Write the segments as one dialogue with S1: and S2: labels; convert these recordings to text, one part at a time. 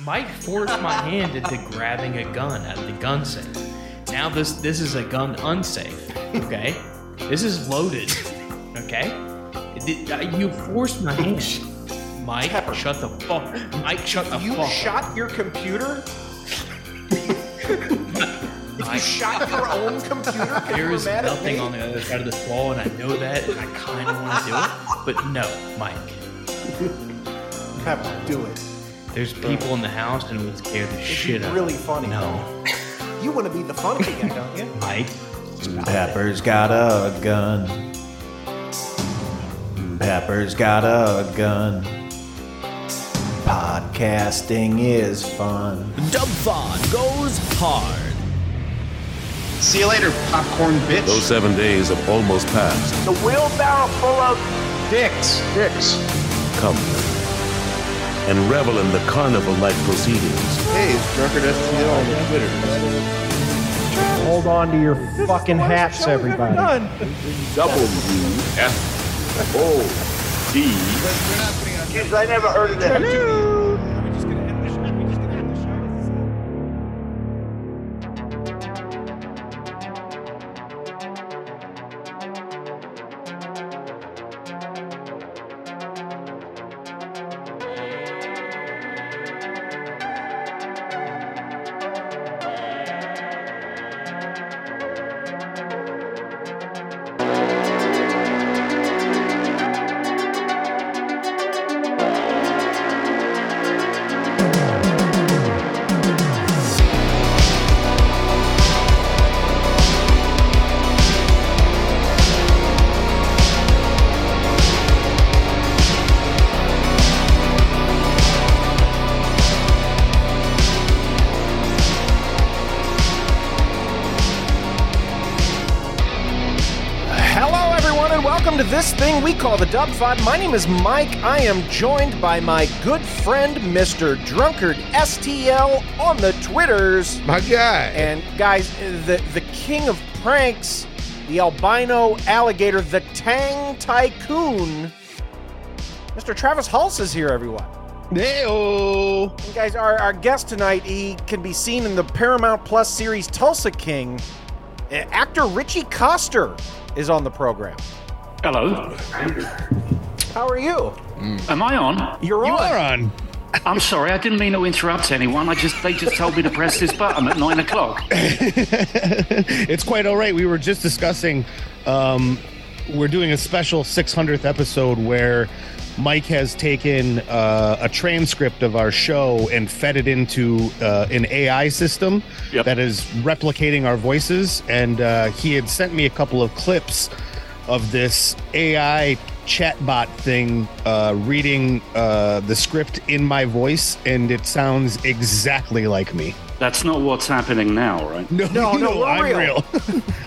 S1: Mike forced my hand into grabbing a gun at the gun safe. Now this this is a gun unsafe. Okay, this is loaded. Okay, It- it- you forced my hand. Mike,
S2: Pepper.
S1: shut the fuck. Mike, shut the
S2: You
S1: fuck.
S2: shot your computer?
S1: Mike,
S2: You shot your own computer? 'cause you
S1: there
S2: were
S1: is
S2: mad at
S1: nothing
S2: me?
S1: on the other side of this wall, and I know that, and I kind of want to do it, but no, Mike.
S2: Pepper, do it.
S1: There's people in the house, and it would scare the shit out. of
S2: really
S1: me.
S2: funny.
S1: No,
S2: You want to be the funny guy, don't you?
S1: Mike.
S3: Pepper's got a gun. Pepper's got a gun. Podcasting is fun.
S4: Dubfod goes hard.
S5: See you later, popcorn bitch.
S6: Those seven days have almost passed.
S5: the wheelbarrow full of dicks. Dicks.
S6: Come and revel in the carnival-like proceedings
S7: Hey, it's Drunker Dusty Hill on Twitter.
S2: Hold on to your fucking hats, everybody.
S6: W F O D
S7: Kids, I never heard of that.
S2: Hello, everyone, and welcome to this thing we call the Dubfod. My name is Mike. I am joined by my good friend, Mr. Drunkard STL, on the Twitters.
S7: My guy.
S2: And guys, the the king of pranks, the albino alligator, the Tang Tycoon, Mr. Travis Hulse is here, everyone.
S7: Hey-o.
S2: And guys, our, our guest tonight, he can be seen in the Paramount Plus series Tulsa King. Uh, Actor Richie Coster is on the program.
S8: Hello.
S2: How are you?
S8: Am I on?
S2: You're
S7: You
S2: on.
S7: are on.
S8: I'm sorry, I didn't mean to interrupt anyone. I just they just told me to press this button at nine o'clock.
S7: it's quite all right. We were just discussing. Um, we're doing a special 600th episode where Mike has taken uh, a transcript of our show and fed it into uh, an AI system
S8: Yep.
S7: that is replicating our voices. And uh, he had sent me a couple of clips of this AI chatbot thing uh, reading uh, the script in my voice, and it sounds exactly like me.
S8: That's not what's happening now, right?
S7: No,
S2: No, no, we're
S7: I'm
S2: real.
S7: real.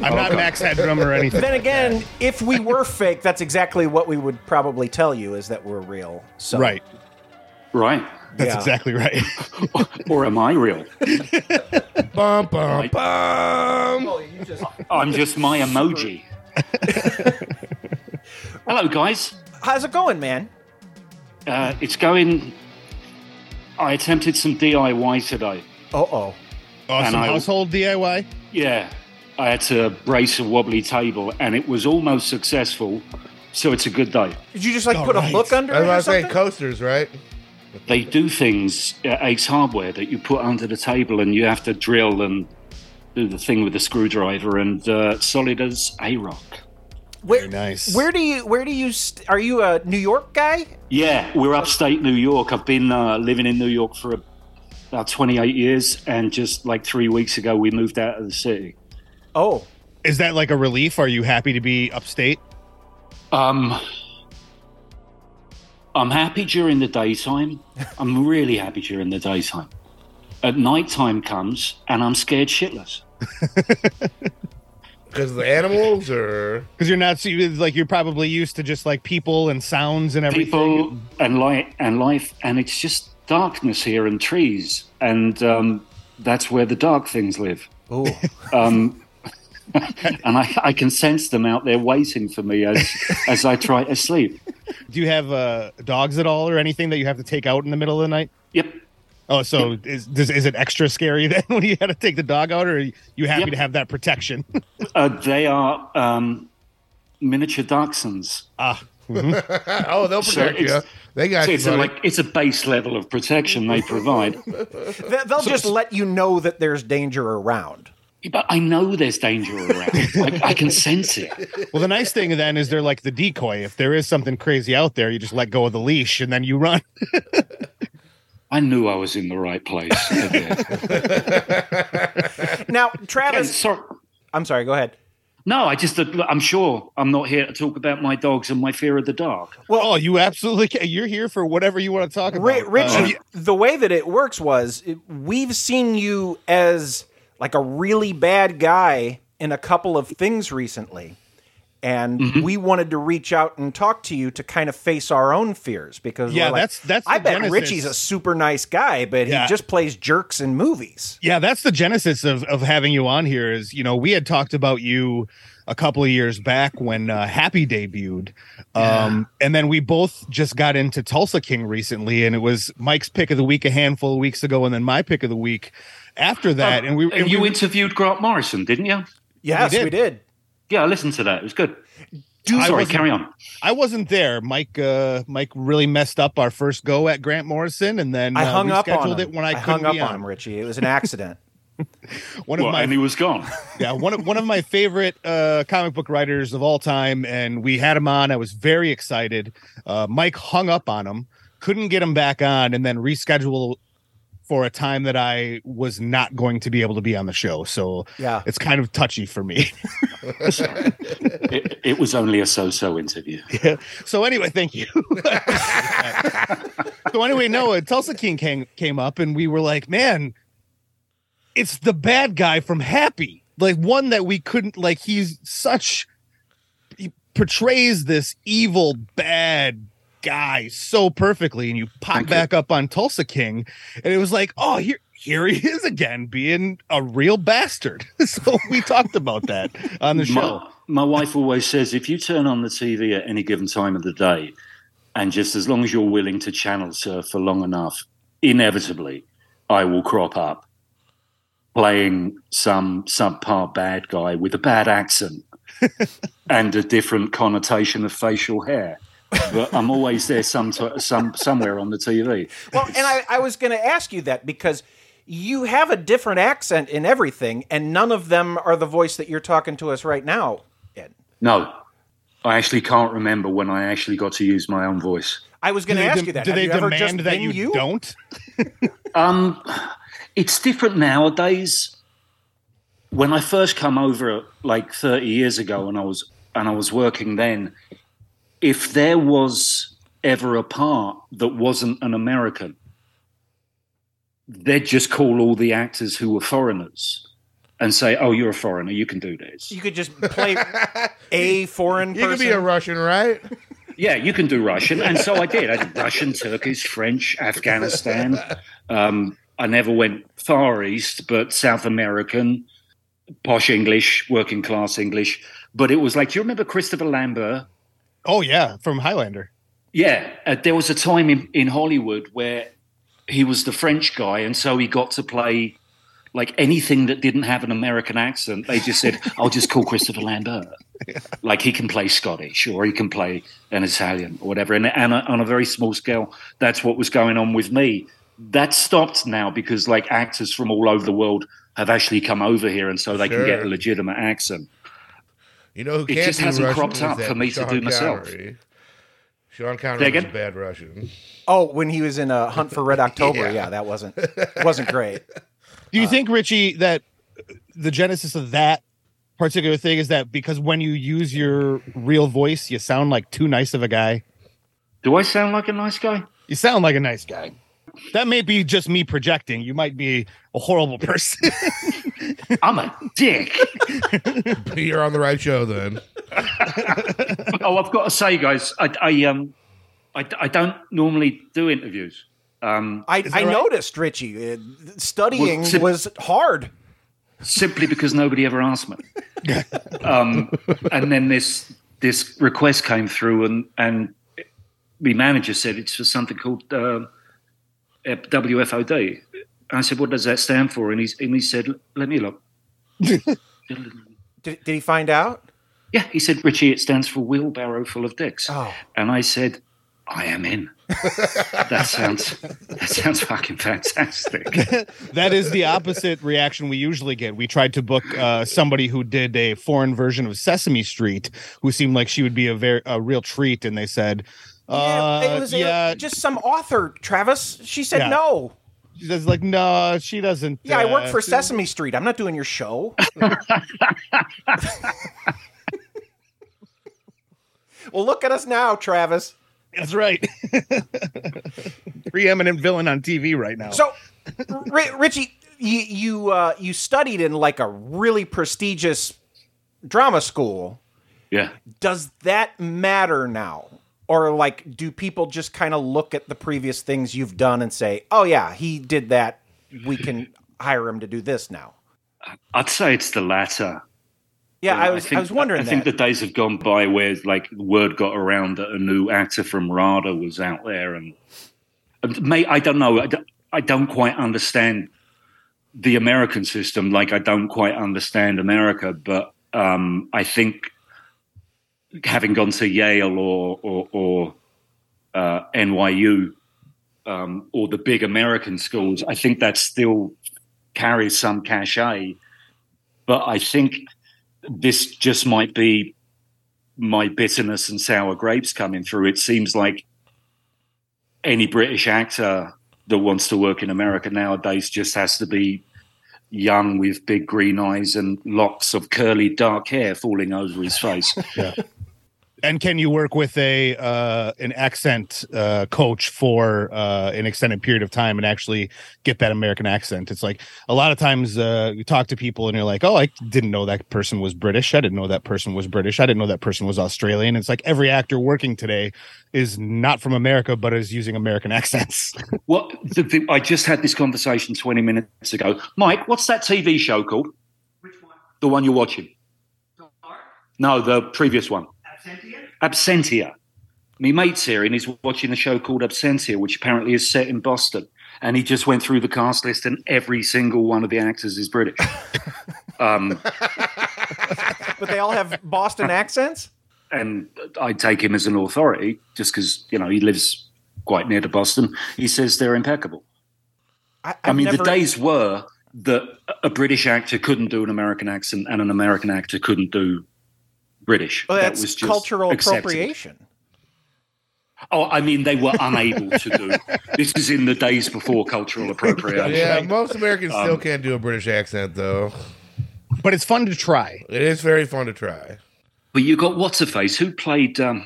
S7: I'm not Max Headroom or anything.
S2: Then again, if we were fake, that's exactly what we would probably tell you is that we're real. So
S7: right.
S8: Right.
S7: That's
S2: Yeah.
S7: exactly right.
S8: Or am I real?
S7: bum, bum, bum.
S8: I'm just my emoji. Hello guys.
S2: How's it going, man?
S8: Uh, it's going I attempted some DIY today.
S2: Uh oh.
S7: Awesome
S8: And I-
S7: household DIY.
S8: Yeah. I had to brace a wobbly table and it was almost successful, so it's a good day.
S2: Did you just like put a hook under
S9: That's
S2: it
S9: what
S2: or
S9: I'm saying.
S2: something?
S9: Coasters, right?
S8: they do things at Ace Hardware that you put under the table and you have to drill and do the thing with the screwdriver and uh, solid as a rock.
S2: where,
S7: nice.
S2: Where do you? Where do you? St- are you a New York guy?
S8: Yeah, we're upstate New York. I've been uh, living in New York for about 28 years, and just like three weeks ago, we moved out of the city.
S2: Oh,
S7: Is that like a relief? Are you happy to be upstate?
S8: Um, I'm happy during the daytime. I'm really happy during the daytime. At night time comes, and I'm scared shitless.
S9: Because the animals are.
S7: Because you're not so you- like you're probably used to just like people and sounds and everything.
S8: people and light and life and it's just darkness here and trees and um, that's where the dark things live
S9: Oh.
S2: Ooh.
S8: um, and I, I can sense them out there waiting for me as as I try to sleep
S7: Do you have uh, dogs at all or anything that you have to take out in the middle of the night?
S8: yep
S7: Oh, so is does, is it extra scary then when you had to take the dog out, or are you happy
S8: Yep.
S7: to have that protection?
S8: Uh, they are um, miniature dachshunds.
S7: ah,
S9: oh, they'll
S8: So
S9: protect you.
S8: it's-
S9: They got
S8: So
S9: you.
S8: it's a,
S9: buddy.
S8: like it's a base level of protection they provide.
S2: They- They'll just let you know that there's danger around.
S8: but I know there's danger around. I, I can sense it.
S7: well, the nice thing then is they're like the decoy. If there is something crazy out there, you just let go of the leash and then you run.
S8: I knew I was in the right place. I did.
S2: Now,
S8: and
S2: Travis,
S8: so,
S2: I'm sorry. Go ahead.
S8: no, I just I'm sure I'm not here to talk about my dogs and my fear of the dark.
S7: Well, oh, you absolutely can. You're here for whatever you want to talk about.
S2: Ri-
S7: Uh,
S2: Richie, the way that it works was it- we've seen you as like a really bad guy in a couple of things recently. And
S7: Mm-hmm.
S2: we wanted to reach out and talk to you to kind of face our own fears because
S7: Yeah,
S2: we're like,
S7: that's- that's
S2: I
S7: the
S2: bet
S7: genesis.
S2: Richie's a super nice guy, but
S7: Yeah.
S2: he just plays jerks in movies.
S7: yeah that's the genesis of, of having you on here is you know we had talked about you a couple of years back when uh, happy debuted um, and then we both just got into tulsa king recently and it was mike's pick of the week a handful of weeks ago and then my pick of the week after that Uh, and we, and
S8: Uh, you
S7: we
S8: interviewed Grant Morrison, didn't you?
S2: Yes,
S7: did.
S2: we did.
S8: Yeah, I listened to that. It was good.
S7: I
S8: Sorry,
S7: wasn't-
S8: carry on.
S7: i wasn't there mike uh, mike really messed up our first go at grant morrison and then
S2: I
S7: uh,
S2: hung up on
S7: rescheduled
S2: him.
S7: it when i, couldn't
S2: hung up
S7: be
S2: on him, Richie. It was an accident.
S7: one
S8: Well,
S7: of my
S8: and he was gone.
S7: yeah one of one of my favorite uh, comic book writers of all time and we had him on i was very excited uh, mike hung up on him couldn't get him back on and then reschedule for a time that i was not going to be able to be on the show so
S2: Yeah.
S7: it's kind of touchy for me
S8: It, it was only a so-so interview.
S7: so anyway thank you so anyway noah tulsa king came, came up and we were like man it's the bad guy from happy like one that we couldn't like he's such he portrays this evil bad guy so perfectly and you pop
S8: Thank you.
S7: back up on tulsa king and it was like oh here here he is again being a real bastard so we talked about that on the show
S8: My, my wife always says if you turn on the TV at any given time of the day, and just as long as you're willing to channel surf for long enough, inevitably, I will crop up playing some subpar bad guy with a bad accent and a different connotation of facial hair. But I'm always there some, some somewhere on the TV.
S2: Well, and I, I was going to ask you that because you have a different accent in everything, and none of them are the voice that you're talking to us right now in.
S8: No, I actually can't remember when I actually got to use my own voice.
S2: I was going to
S7: they
S2: ask
S7: dem-
S2: you that.
S7: do
S2: Have
S7: they
S2: you ever just
S7: demand that
S2: been
S7: you,
S2: you?
S7: don't
S8: Um, it's different nowadays. When I first come over, like thirty years ago, and I was and I was working then, if there was ever a part that wasn't an American, they'd just call all the actors who were foreigners and say, "Oh, you're a foreigner. You can do this.
S2: You could just play a foreign
S9: you
S2: person.
S9: could be a Russian, right?
S8: Yeah, you can do Russian." And so I did. I did Russian, Turkish, French, Afghanistan. Um, I never went far east, but South American, posh English, working class English. But it was like, do you remember Christopher Lambert?
S7: oh yeah from highlander
S8: Yeah, uh, there was a time in, in Hollywood where he was the French guy, and so he got to play like anything that didn't have an American accent. They just said, I'll just call Christopher Lambert. Like he can play Scottish or he can play an Italian or whatever. And, and on a very small scale, that's what was going on with me. That stopped now because like actors from all over the world have actually come over here, and so they
S9: Sure.
S8: can get a legitimate accent.
S9: You know who
S8: It
S9: can't
S8: just
S9: do
S8: hasn't
S9: Russian
S8: cropped
S9: is
S8: up
S9: that
S8: for me to
S9: Sean
S8: do myself.
S9: Connery. Sean Connery
S8: Say
S9: was a
S8: again?
S9: bad Russian.
S2: oh, when he was in a Hunt for Red October,
S9: Yeah.
S2: yeah. that wasn't wasn't great.
S7: Do you
S9: Uh,
S7: think, Richie, that the genesis of that particular thing is that because when you use your real voice, you sound like too nice of a guy?
S8: Do I sound like a nice guy?
S7: You sound like a nice guy. That may be just me projecting. You might be a horrible person.
S8: I'm a dick.
S9: You're on the right show then.
S8: oh, I've got to say, guys, I, I um, I, I don't normally do interviews. Um,
S2: I, I
S7: right?
S2: noticed Richie uh, studying
S8: Well, to-
S2: was hard.
S8: simply because nobody ever asked me. um, and then this this request came through, and and the manager said it's for something called uh, at WFOD. I said, "What does that stand for?" And he and he said, "Let me look."
S2: Did, did he find out?
S8: Yeah, he said, "Richie, it stands for wheelbarrow full of dicks."
S2: Oh.
S8: And I said, "I am in." that sounds that sounds fucking fantastic.
S7: That is the opposite reaction we usually get. We tried to book uh, somebody who did a foreign version of Sesame Street, who seemed like she would be a very a real treat, and they said, uh,
S2: yeah, it was uh,
S7: yeah,
S2: just some author, Travis. She said
S7: Yeah.
S2: no.
S7: she says like, no, she doesn't.
S2: Yeah, I work
S7: uh,
S2: for Sesame Street. I'm not doing your show. well, look at us now, Travis.
S7: That's right, preeminent villain on TV right now.
S2: So, Ri Richie, you you uh, you studied in like a really prestigious drama school.
S8: Yeah.
S2: Does that matter now? Or like do people just kind of look at the previous things you've done and say, "Oh yeah, he did that. We can hire him to do this now."
S8: I'd say it's the latter.
S2: Yeah, I was I,
S8: think-
S2: was wondering
S8: I
S2: that.
S8: think the days have gone by where like word got around that a new actor from RADA was out there, and, and may I don't know. I don't, I don't quite understand the American system. Like I don't quite understand America, but um, I think having gone to Yale or or, or uh, NYU um, or the big American schools, I think that still carries some cachet. But I think this just might be my bitterness and sour grapes coming through. It seems like any British actor that wants to work in America nowadays just has to be young with big green eyes and locks of curly dark hair falling over his face.
S7: and can you work with a uh, an accent uh, coach for uh, an extended period of time and actually get that American accent? It's like a lot of times uh, you talk to people and you're like, "Oh, I didn't know that person was British. I didn't know that person was British. I didn't know that person was Australian." It's like every actor working today is not from America but is using American accents.
S8: What the, the, I just had this conversation 20 minutes ago. Mike, what's that TV show called? Which one? The one you're watching. No, the previous one. Absentia? Absentia. My mate's here and he's watching a show called Absentia, which apparently is set in Boston. And he just went through the cast list and every single one of the actors is British. um,
S2: but they all have Boston accents?
S8: and I take him as an authority just because, you know, he lives quite near to Boston. He says they're impeccable. I
S2: I've
S8: mean,
S2: never-
S8: the days were that a British actor couldn't do an American accent and an American actor couldn't do British.
S2: Well, that's
S8: that was just
S2: cultural
S8: accepted.
S2: appropriation.
S8: Oh, I mean, they were unable to do. This is in the days before cultural appropriation.
S9: Yeah, most Americans
S8: Um,
S9: still can't do a British accent, though.
S7: but it's fun to try.
S9: It is very fun to try.
S8: But you got what's a face who played. Um,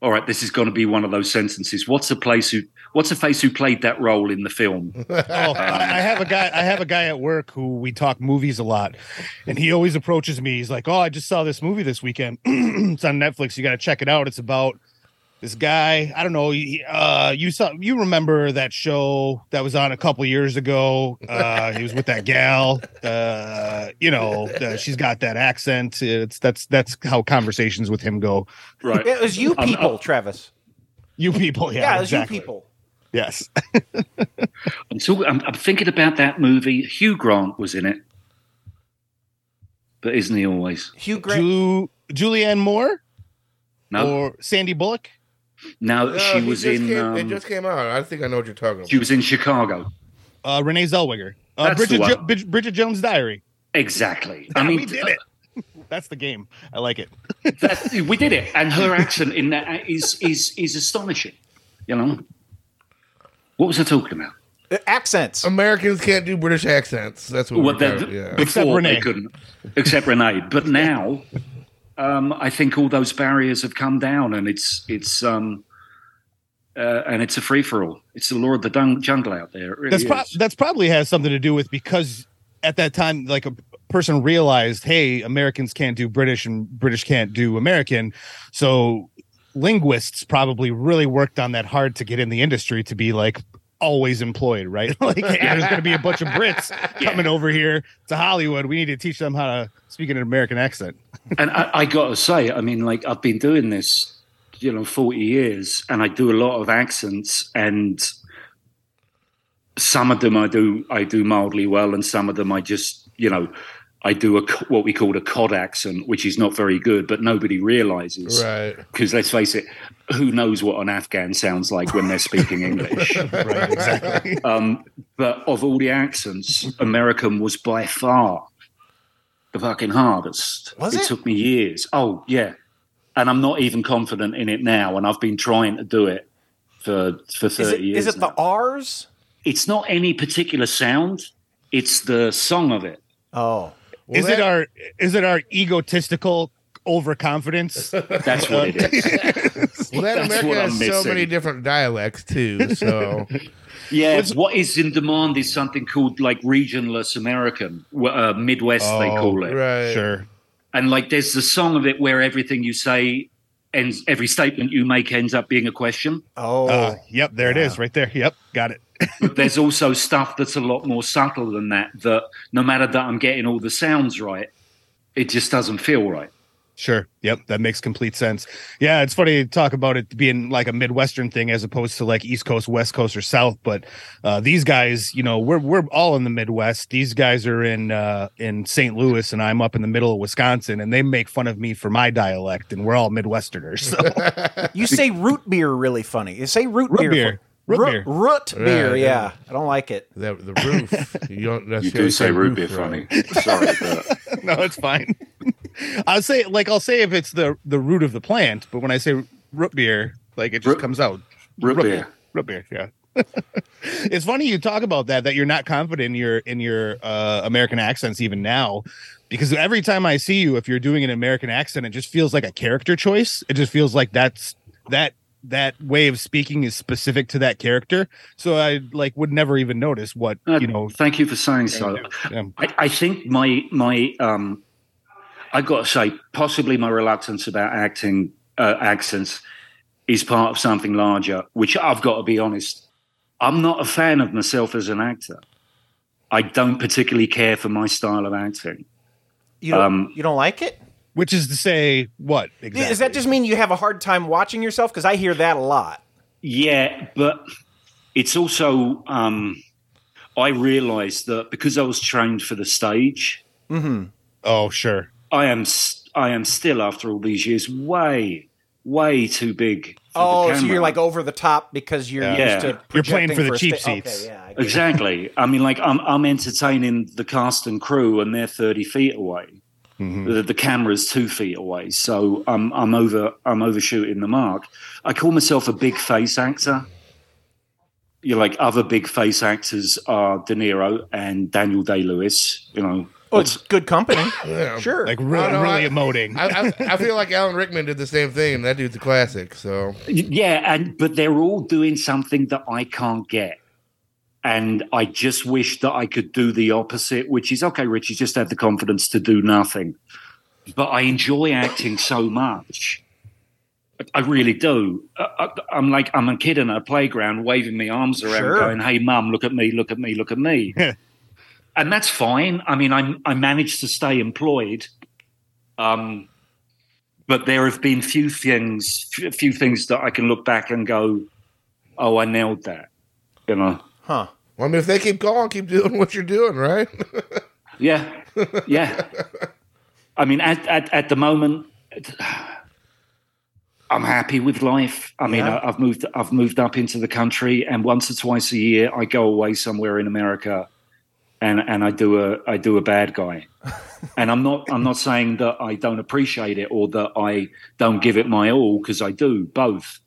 S8: all right, this is going to be one of those sentences. What's a place who? What's a face who played that role in the film?
S7: Oh, I I have a guy. I have a guy at work who we talk movies a lot, and he always approaches me. He's like, "Oh, I just saw this movie this weekend. it's on Netflix. You got to check it out. It's about this guy. I don't know. he- uh, you saw. You remember that show that was on a couple years ago? Uh, he was with that gal. Uh, you know, uh, she's got that accent. It's that's that's how conversations with him go.
S8: Right.
S2: It was you
S8: I'm-
S2: people, Travis.
S7: You people, yeah,
S2: Yeah, it was
S7: exactly.
S2: you people.
S7: Yes.
S8: I'm, talk- I'm, I'm thinking about that movie. Hugh Grant was in it, but isn't he always?
S2: Hugh Grant.
S7: Ju- Julianne Moore
S8: No.
S7: or Sandy Bullock.
S8: No,
S9: No,
S8: she
S9: he
S8: was
S9: just
S8: in.
S9: Came, it
S8: um,
S9: just came out. I think I know what you're talking about.
S8: she was in Chicago.
S7: uh, Renee Zellweger. Uh,
S8: That's
S7: Bridget,
S8: the
S7: jo-
S8: one.
S7: Brid- Bridget Jones' Diary.
S8: Exactly.
S7: I
S8: I mean,
S7: we did it. That's the game. I like it.
S8: that- we did it, and her accent in that is is is astonishing. You know, what was I talking about?
S2: Uh, Accents.
S9: Americans can't do British accents. That's what.
S8: Well,
S9: we're
S8: the-
S9: talking- Oh yeah.
S8: before
S7: Except Renee.
S8: they couldn't, except Renee. But now, um, I think all those barriers have come down, and it's it's um, uh, and it's a free for all. It's the law of the dung- jungle out there. It really
S7: That's pro-
S8: is.
S7: that's probably has something to do with because at that time, like a person realized, hey, Americans can't do British and British can't do American, so linguists probably really worked on that hard to get in the industry to be like always employed right like hey, there's going to be a bunch of brits coming over here to hollywood we need to teach them how to speak in an american accent
S8: and I, I got to say, I mean, like I've been doing this, you know, forty years, and I do a lot of accents, and some of them I do I do mildly well, and some of them I just you know I do a co- what we call a cod accent, which is not very good, but nobody realizes
S9: Right.
S8: because let's face it, who knows what an Afghan sounds like when they're speaking English?
S7: Right, exactly.
S8: Um, but of all the accents, American was by far the fucking hardest.
S2: Was it?
S8: took me years. Oh yeah, and I'm not even confident in it now, and I've been trying to do it for for
S2: Is
S8: thirty
S2: it,
S8: years.
S2: is it
S8: now.
S2: the R's?
S8: It's not any particular sound; it's the song of it.
S2: Oh,
S7: is
S9: that-
S7: it our is it our egotistical overconfidence?
S8: That's what it is.
S9: Well, that
S8: That's
S9: America
S8: what I'm
S9: has so
S8: missing.
S9: many different dialects too. So
S8: Yeah, what is in demand is something called like regionless American, w- uh, Midwest they call it.
S9: Oh, right,
S7: sure.
S8: and like there's the song of it where everything you say ends every statement you make ends up being a question
S2: oh,
S7: Uh, yep, there it is, right there. Yep, got it.
S8: but there's also stuff that's a lot more subtle than that that no matter that i'm getting all the sounds right it just doesn't feel right
S7: Sure. Yep, that makes complete sense. Yeah, it's funny to talk about it being like a Midwestern thing as opposed to like East Coast, West Coast, or South. But uh, these guys, you know, we're we're all in the Midwest. These guys are in uh, in St. Louis, and I'm up in the middle of Wisconsin, and they make fun of me for my dialect, and we're all Midwesterners. So
S2: you say root beer really funny. You say root,
S7: Root
S2: beer.
S7: beer.
S2: fu-
S7: Root
S2: root,
S7: beer.
S2: root beer.
S9: yeah.
S2: Yeah, I don't like it.
S9: the, the roof. You don't necessarily
S6: You do say root beer
S9: right.
S6: funny. Sorry, but
S7: no, it's fine. I'll say like I'll say if it's the the root of the plant, but when I say root beer, like it just
S8: Root-
S7: comes out
S8: root beer.
S7: Root beer, yeah. it's funny you talk about that that you're not confident in your in your uh, American accents even now, because every time I see you, if you're doing an American accent, it just feels like a character choice. It just feels like that's that that way of speaking is specific to that character. So I like would never even notice what
S8: Uh,
S7: you know.
S8: thank you for saying so
S7: um,
S8: I, I think my my um, I got to say, possibly my reluctance about acting uh, accents is part of something larger. Which I've got to be honest, I'm not a fan of myself as an actor. I don't particularly care for my style of acting.
S2: You don't,
S8: Um,
S2: you don't like it?
S7: which is to say, what exactly?
S2: Does that just mean you have a hard time watching yourself? Because I hear that a lot.
S8: Yeah, but it's also um, I realised that because I was trained for the stage,
S7: oh sure,
S8: I am s- I am still after all these years way way too big.
S2: Oh, so
S8: for the
S2: you're
S8: camera.
S2: like over the top because you're
S7: Yeah.
S2: used to
S8: You're
S7: playing
S2: projecting
S7: for the
S2: a
S7: cheap
S2: sta- okay,
S7: seats.
S2: yeah, I get it.
S8: Exactly. I mean, like I'm I'm entertaining the cast and crew, and they're thirty feet away. The, the camera's two feet away, so I'm I'm over I'm overshooting the mark. I call myself a big face actor. You're like other big face actors are De Niro and Daniel Day Lewis. You know,
S2: Oh, it's good company. Sure.
S7: like really,
S9: no,
S7: really
S9: I-
S7: emoting.
S9: I, I, I feel like Alan Rickman did the same thing, and that dude's a classic. So
S8: yeah, and but they're all doing something that I can't get. And I just wish that I could do the opposite, which is okay, Richie, just have the confidence to do nothing. But I enjoy acting so much. I really do. I, I, I'm like, I'm a kid in a playground waving my arms around,
S2: Sure.
S8: going, hey, mum, look at me, look at me, look at me. and that's fine. I mean, I, I managed to stay employed. Um, but there have been few things, f- few things that I can look back and go, "Oh, I nailed that," you know.
S9: well, I mean, if they keep calling, keep doing what you're doing, right?
S8: Yeah, yeah. I mean, at at, at the moment, I'm happy with life. I mean, I, I've moved I've moved up into the country, and once or twice a year, I go away somewhere in America, and and I do a I do a bad guy. and I'm not I'm not saying that I don't appreciate it or that I don't give it my all because I do both.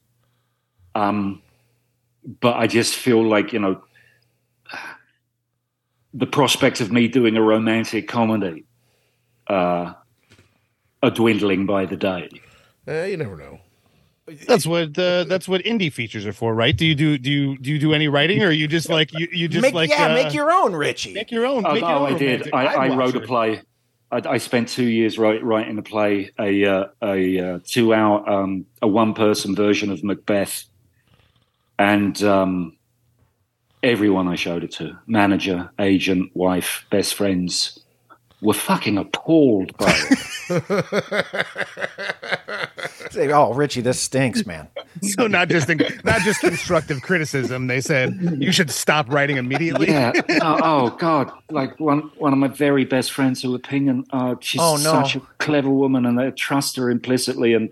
S8: Um, but I just feel like you know the prospect of me doing a romantic comedy uh, are dwindling by the day.
S9: Eh, you never know.
S7: That's what uh, that's what indie features are for, right? Do you do do you do you do any writing, or you just like you you just
S2: make,
S7: like
S2: yeah,
S7: uh,
S2: make your own, Richie.
S7: make your own?
S8: Oh,
S7: make your
S8: no,
S7: own
S8: I did.
S7: romantic-
S8: I,
S7: I'd
S8: I
S7: watch
S8: wrote a
S7: it.
S8: play. I, I spent two years write, writing a play, a uh, a uh, two hour, um, a one person version of Macbeth, and um, everyone I showed it to, manager, agent, wife, best friends, were fucking appalled by it.
S2: Say, oh, Richie, this stinks, man.
S7: So not just not just constructive criticism. They said you should stop writing immediately.
S8: yeah. Oh, oh, God! Like one one of my very best friends, her opinion. Uh, she's
S2: Oh, no.
S8: such a clever woman, and I trust her implicitly. And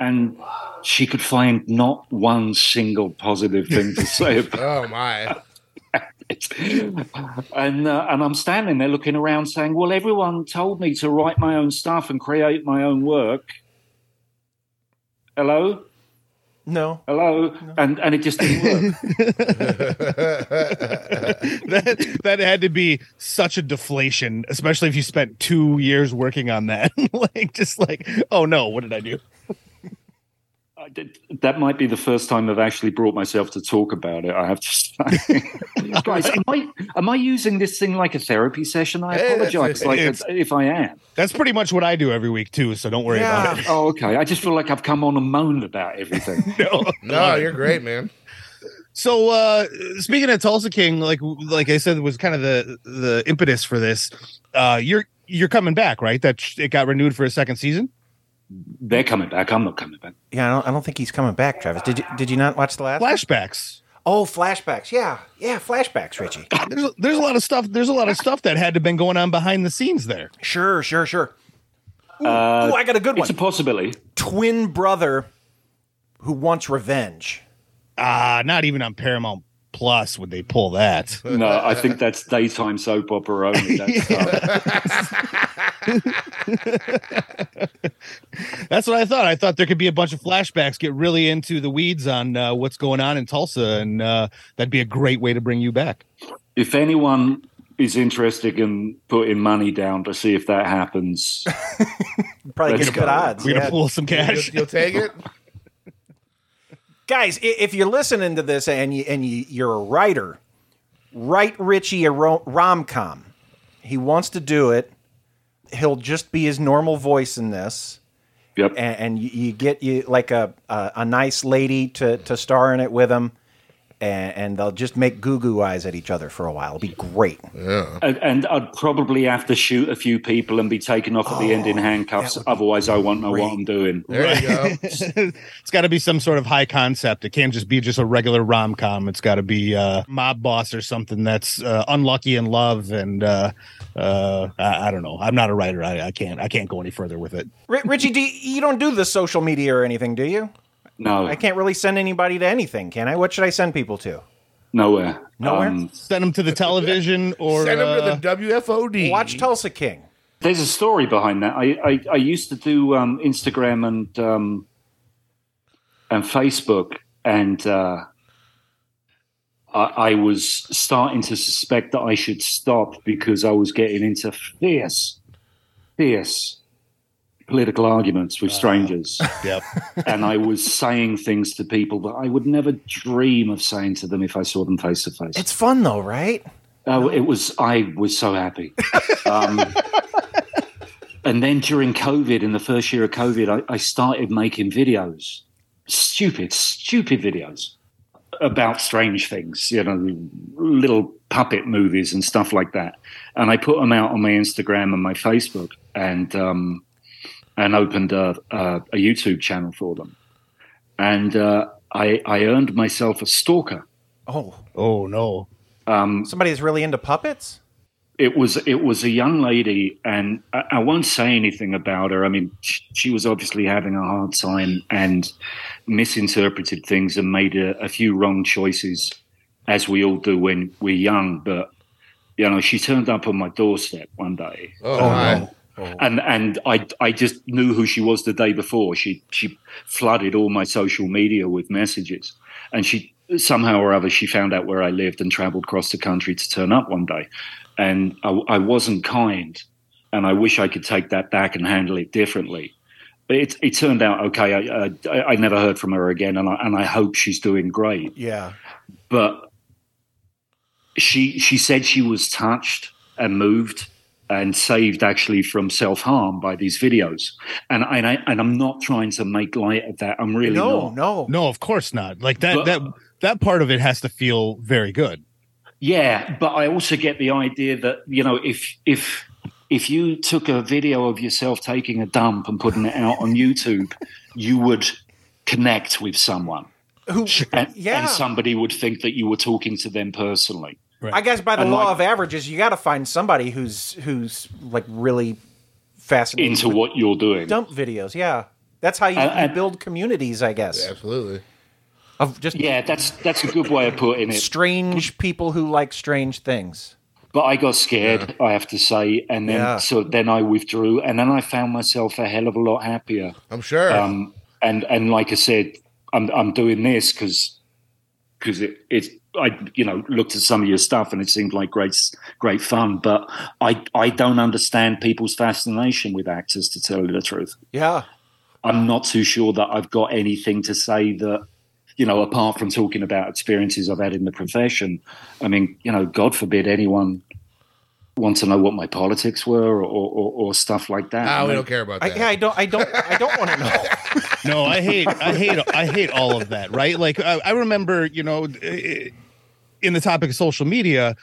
S8: and she could find not one single positive thing to say about
S9: Oh my!
S8: it. And uh, and I'm standing there looking around, saying, "Well, everyone told me to write my own stuff and create my own work." Hello,
S2: No.
S8: hello, and and it just didn't work.
S7: that that had to be such a deflation, especially if you spent two years working on that. like just like, oh no, what did I do?
S8: I did- that might be the first time I've actually brought myself to talk about it. I have to say, guys, am I am I using this thing like a therapy session? I
S9: Hey, that's-
S8: apologize, like
S7: it's-
S8: if I am.
S7: That's pretty much what I do every week too. So don't worry about it.
S8: Oh, okay. I just feel like I've come on and moaned about everything.
S7: No.
S9: No, you're great, man.
S7: So uh speaking of Tulsa King, like like I said, was kind of the the impetus for this. Uh You're you're coming back, right? That sh- it got renewed for a second season.
S8: They're coming back. I'm not coming back.
S2: Yeah, I don't, I don't think he's coming back, Travis. Did you did you not watch the last?
S7: Flashbacks.
S2: Oh, flashbacks. Yeah, yeah, flashbacks, Richie.
S7: There's a, there's a lot of stuff. There's a lot of stuff that had to been going on behind the scenes there.
S2: sure, sure, sure. Ooh,
S8: Uh,
S2: ooh, I got a good one.
S8: It's a possibility.
S2: Twin brother who wants revenge.
S7: Ah, not even on Paramount Plus would they pull that.
S8: No, I think that's daytime soap opera only. That's, uh,
S7: That's what I thought. I thought there could be a bunch of flashbacks, get really into the weeds on uh, what's going on in Tulsa, and uh, that'd be a great way to bring you back.
S8: if anyone is interested in putting money down to see if that happens,
S2: Probably
S8: Let's
S2: get good
S8: go.
S2: odds.
S7: We're
S2: yeah.
S7: gonna pull some
S9: You'll,
S7: cash.
S9: you'll take it.
S2: guys i- if you're listening to this and you and you, you're a writer write richie a ro- rom-com he wants to do it he'll just be his normal voice in this
S8: yep.
S2: and, and you, you get you like a, a a nice lady to to star in it with him and, and they'll just make goo goo eyes at each other for a while it'll be great
S8: And, and I'd probably have to shoot a few people and be taken off at the end in
S2: Oh,
S8: handcuffs. Otherwise, I won't know what I'm doing.
S9: There you go.
S7: it's got to be some sort of high concept. It can't just be just a regular rom com. It's got to be uh, mob boss or something that's uh, unlucky in love, and uh, uh, I, I don't know. I'm not a writer. I, I can't. I can't go any further with it.
S2: Ri- richie do you, you don't do the social media or anything do you
S8: No,
S2: i can't really send anybody to anything can i what should i send people to
S8: nowhere. Um,
S2: Nowhere?
S7: Send them to the television or
S9: Send
S7: uh,
S9: him to the WFOD.
S2: watch tulsa king
S8: There's a story behind that. I, I, I used to do um, Instagram and um, and Facebook, and uh, I, I was starting to suspect that I should stop because I was getting into fierce, fierce political arguments with strangers,
S7: Yep.
S8: and I was saying things to people that I would never dream of saying to them if I saw them face to face.
S2: it's fun though right
S8: Oh, it was. I was so happy. Um, and then during COVID, in the first year of COVID, I, I started making videos, stupid, stupid videos about strange things, you know, little puppet movies and stuff like that. And I put them out on my Instagram and my Facebook, and um, and opened a, a, a YouTube channel for them. And uh, I, I earned myself a stalker.
S2: oh
S7: Oh no.
S8: Um,
S2: somebody that's really into puppets
S8: it was it was a young lady, and I, I won't say anything about her. I mean, she, she was obviously having a hard time and misinterpreted things and made a, a few wrong choices, as we all do when we're young. But you know, she turned up on my doorstep one day,
S9: Oh, my.
S8: and and I I just knew who she was the day before. She she flooded all my social media with messages, and she somehow or other she found out where I lived and travelled across the country to turn up one day, and I, I wasn't kind, and I wish I could take that back and handle it differently. But it it turned out okay. I I, I never heard from her again, and I and I hope she's doing great
S2: yeah
S8: but she she said she was touched and moved and saved actually from self harm by these videos. And and I and I'm not trying to make light of that. I'm really
S2: no
S8: not.
S2: no
S7: No, of course not. Like that.
S8: But-
S7: that that part of it has to feel very good.
S8: Yeah, but I also get the idea that you know if if if you took a video of yourself taking a dump and putting it out on YouTube, you would connect with someone.
S2: Who?
S8: And,
S2: Yeah.
S8: and somebody would think that you were talking to them personally.
S2: I guess by the
S8: And
S2: law
S8: like-
S2: of averages, you got to find somebody who's who's like really fascinated
S8: into
S2: with
S8: what you're doing.
S2: dump videos. Yeah, that's how you,
S8: And-
S2: you
S8: Uh, and-
S2: build communities, I guess,
S9: Absolutely.
S2: of just
S8: Yeah, that's that's a good way of putting it.
S2: strange people who like strange things.
S8: But I got scared, I have to say, and then
S2: Yeah.
S8: so then I withdrew, and then I found myself a hell of a lot happier.
S9: I'm sure.
S8: Um, and and like I said, I'm I'm doing this because it it's I you know looked at some of your stuff and it seemed like great s- great fun, but I I don't understand people's fascination with actors to tell you the truth.
S2: Yeah,
S8: I'm not too sure that I've got anything to say that, you know, apart from talking about experiences I've had in the profession. I mean, you know, God forbid anyone want to know what my politics were or, or, or stuff like that.
S9: Ah,
S8: I
S9: we
S8: mean,
S9: don't care about
S2: I,
S9: that.
S2: yeah, I don't, I don't, I don't want to know.
S7: No, I hate, I hate, I hate all of that. Right? Like I, I remember, you know, eh, in the topic of social media,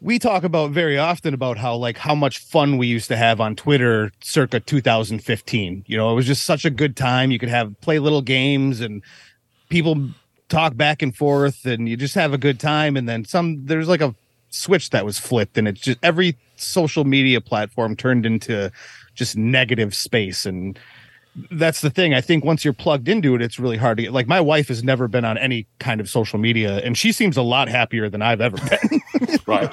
S7: we talk about very often about how like how much fun we used to have on Twitter circa 2015. You know, it was just such a good time. You could have play little games and people talk back and forth, and you just have a good time. And then some, there's like a switch that was flipped, and it's just every social media platform turned into just negative space and that's the thing. I think once you're plugged into it, it's really hard to get. Like my wife has never been on any kind of social media, and she seems a lot happier than I've ever been.
S8: Right.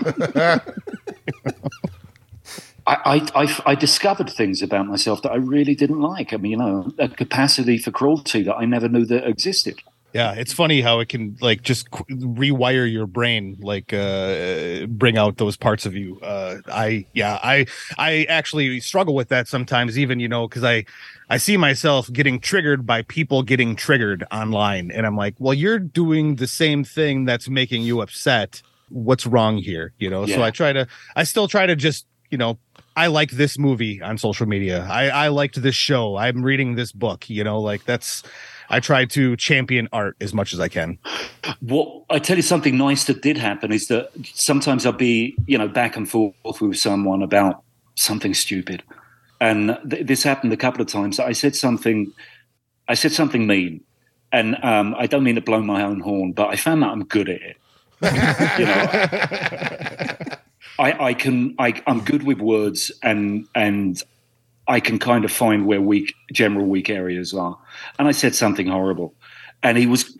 S8: I, I, I, I discovered things about myself that I really didn't like. I mean, you know, a capacity for cruelty that I never knew that existed.
S7: yeah, it's funny how it can like just qu- rewire your brain, like uh, bring out those parts of you. Uh, I yeah, I I actually struggle with that sometimes, even you know, because I I see myself getting triggered by people getting triggered online, and I'm like, well, you're doing the same thing that's making you upset. What's wrong here? You know, so
S8: Yeah.
S7: I try to, I still try to just, you know, I like this movie on social media. I I liked this show. I'm reading this book. You know, like that's. I try to champion art as much as I can.
S8: what I tell you something nice that did happen is that sometimes I'll be you know back and forth with someone about something stupid, and th- this happened a couple of times. I said something, I said something mean, and um, I don't mean to blow my own horn, but I found that I'm good at it. you know, I, I can I, I'm good with words and and I can kind of find where weak general weak areas are, and I said something horrible, and he was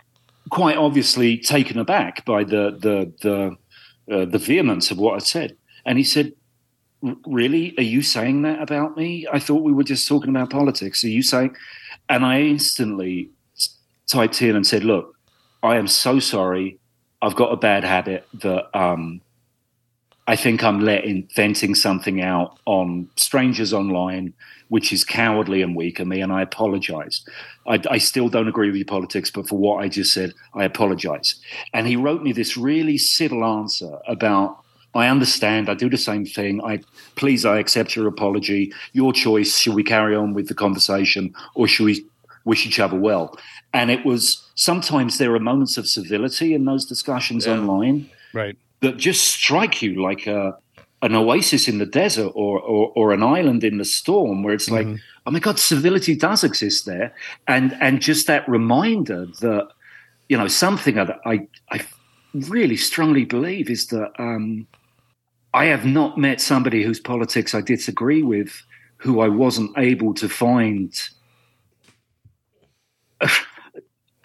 S8: quite obviously taken aback by the the the uh, the vehemence of what I said, and he said, "R- "Really, are you saying that about me? I thought we were just talking about politics. Are you saying?" And I instantly s- typed in and said, "Look, I am so sorry. I've got a bad habit that um, I think I'm letting venting something out on strangers online." Which is cowardly and weak of me, and I apologize. I, I still don't agree with your politics, but for what I just said, I apologize. And he wrote me this really civil answer about, I understand, I do the same thing. I please, I accept your apology. Your choice. Should we carry on with the conversation, or should we wish each other well? And it was sometimes there are moments of civility in those discussions online
S7: Right.
S8: that just strike you like a an oasis in the desert or, or or an island in the storm where it's like oh my god civility does exist there and and just that reminder that you know something that i i really strongly believe is that um i have not met somebody whose politics i disagree with who i wasn't able to find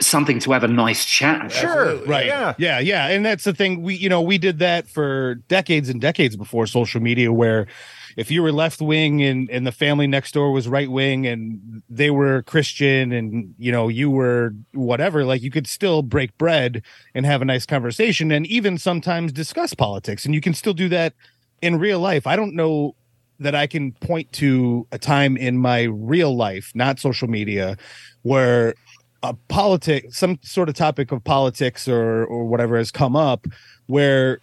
S8: something to have a nice chat about.
S2: Sure,
S7: Right.
S2: Yeah.
S7: Yeah. Yeah. Yeah. And that's the thing. We, you know, we did that for decades and decades before social media, where if you were left wing and, and the family next door was right wing and they were Christian and, you know, you were whatever, like you could still break bread and have a nice conversation and even sometimes discuss politics. And you can still do that in real life. I don't know that I can point to a time in my real life, not social media, where a politic some sort of topic of politics or or whatever has come up where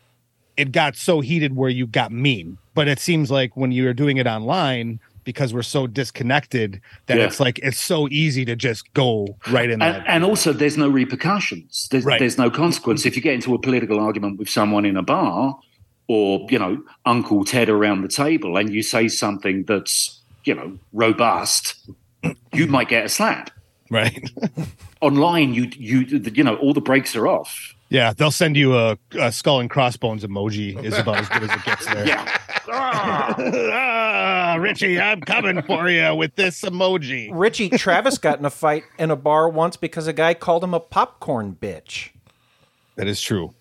S7: it got so heated where you got mean but it seems like when you're doing it online because we're so disconnected that
S8: Yeah.
S7: it's like it's so easy to just go right in
S8: and,
S7: there
S8: and also there's no repercussions there's,
S7: Right.
S8: there's no consequence if you get into a political argument with someone in a bar or you know Uncle Ted around the table, and you say something that's you know robust, you might get a slap.
S7: right?
S8: Online, you you you know all the brakes are off.
S7: Yeah, they'll send you a, a skull and crossbones emoji. Is about as good as it gets there.
S8: Yeah,
S7: ah, Richie, I'm coming for you with this emoji.
S2: Richie Travis got in a fight in a bar once because a guy called him a popcorn bitch.
S7: That is true.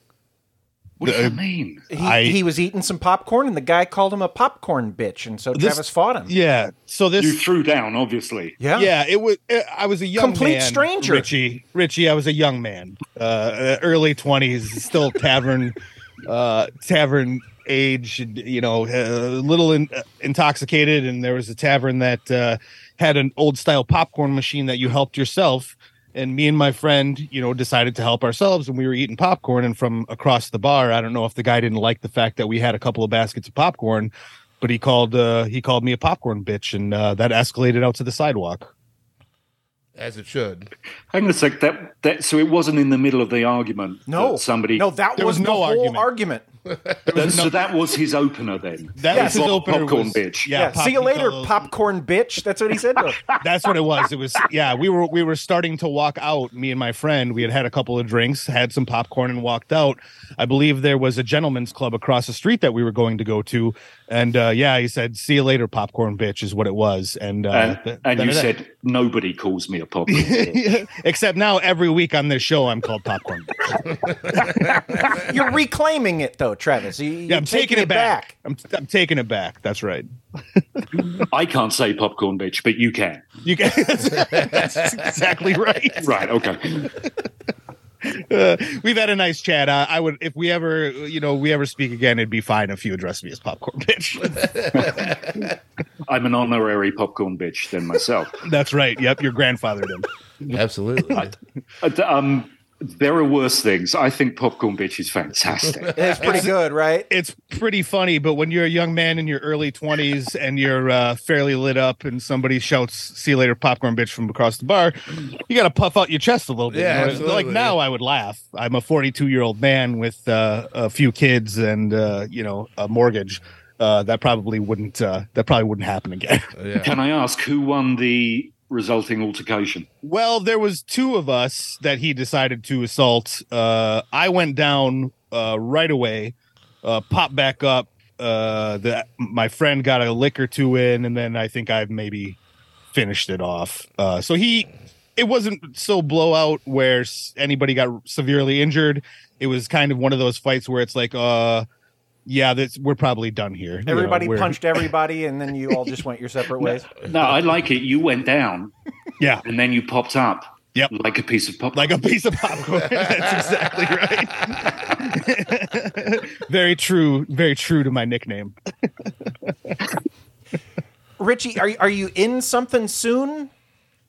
S8: what does that mean?
S2: He,
S7: I-
S2: he was eating some popcorn, and the guy called him a popcorn bitch, and so
S7: This-
S2: Travis fought him.
S7: Yeah. So this.
S8: You threw down, obviously.
S2: yeah.
S7: yeah, it was. uh, I was a young
S2: Complete
S7: man,
S2: stranger.
S7: Richie. Richie, I was a young man, uh, uh, early twenties, still tavern, uh, tavern age. and, You know, a little in, uh, intoxicated, and there was a tavern that uh, had an old style popcorn machine that you helped yourself. And me and my friend, you know, decided to help ourselves, and we were eating popcorn. And from across the bar, I don't know if the guy didn't like the fact that we had a couple of baskets of popcorn, but he called uh, he called me a popcorn bitch, and uh, that escalated out to the sidewalk.
S9: as it should.
S8: Hang on a sec. That that so it wasn't in the middle of the argument.
S2: No,
S8: that somebody.
S2: No, that
S7: There
S2: was,
S7: was no
S2: the
S7: argument.
S2: whole argument.
S8: that- so that was his opener then.
S7: That
S2: Yeah.
S7: was his
S8: Pop-
S7: opener.
S8: popcorn
S7: was-
S8: bitch.
S2: Yeah.
S7: pop-
S2: See you
S7: he
S2: later,
S7: called-
S2: popcorn bitch. That's what he said to him.
S7: That's what it was. It was yeah. We were we were starting to walk out. Me and my friend. We had had a couple of drinks, had some popcorn, and walked out. I believe there was a gentleman's club across the street that we were going to go to, and uh, yeah, he said, "See you later, popcorn bitch," is what it was. And uh,
S8: And,
S7: th-
S8: and you
S7: that-
S8: said nobody calls me a popper.
S7: except now every week on this show, I'm called popcorn. bitch.
S2: You're reclaiming it though, Travis. You,
S7: Yeah,
S2: you're
S7: I'm taking, it back. I'm I'm taking it back. That's right.
S8: I can't say popcorn bitch, but you can.
S7: You guys, that's exactly right.
S8: Right? Okay.
S7: Uh, we've had a nice chat. Uh, I would, if we ever, you know, we ever speak again, it'd be fine if you address me as popcorn bitch.
S8: I'm an honorary popcorn bitch then myself.
S7: That's right. Yep, your grandfather did.
S9: Absolutely.
S8: Uh, th- um, there are worse things. I think popcorn bitch is fantastic.
S2: It's pretty good, right?
S7: It's pretty funny, but when you're a young man in your early 20s and you're uh, fairly lit up, and somebody shouts "See you later, popcorn bitch" from across the bar, you got to puff out your chest a little bit.
S9: Yeah,
S7: You know, like
S9: absolutely.
S7: now, I would laugh. I'm a 42 year old man with uh, a few kids and uh, you know a mortgage. Uh, that probably wouldn't. Uh, that probably wouldn't happen again.
S9: Oh, yeah.
S8: Can I ask who won the resulting altercation?
S7: Well, there was two of us that he decided to assault. Uh, I went down uh, right away, uh, popped back up. Uh, the, my friend got a lick or two in, and then I think I've maybe finished it off. Uh, so he, it wasn't so blowout where s- anybody got severely injured. It was kind of one of those fights where it's like, uh, yeah, that's we're probably done here. You know,
S2: Everybody
S7: we're-
S2: punched everybody, and then you all just went your separate ways.
S8: No, I like it. You went down
S7: Yeah,
S8: and then you popped up.
S7: Yep.
S8: Like a piece of popcorn.
S7: like a piece of popcorn. That's exactly right. very true. Very true to my nickname.
S2: Richie, are you, are you in something soon?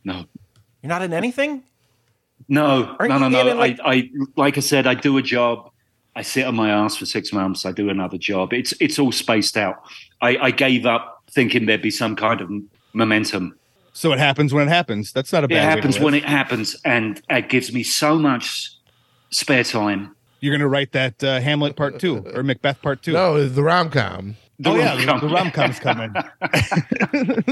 S8: no.
S2: You're not in anything.
S8: No,
S2: Aren't
S8: no, no,
S2: you
S8: no.
S2: getting, like-
S8: I, I, like I said, I do a job. I sit on my ass for six months. I do another job. It's it's all spaced out. I, I gave up thinking there'd be some kind of m- momentum.
S7: So it happens when it happens. That's not a bad.
S8: It
S7: way to
S8: happens
S7: live.
S8: when it happens, and it gives me so much spare time.
S7: You're gonna write that uh, Hamlet part two or Macbeth part two.
S9: No, it's the rom com.
S8: The
S7: Oh yeah,
S8: rom-com.
S7: the, the rom com's coming.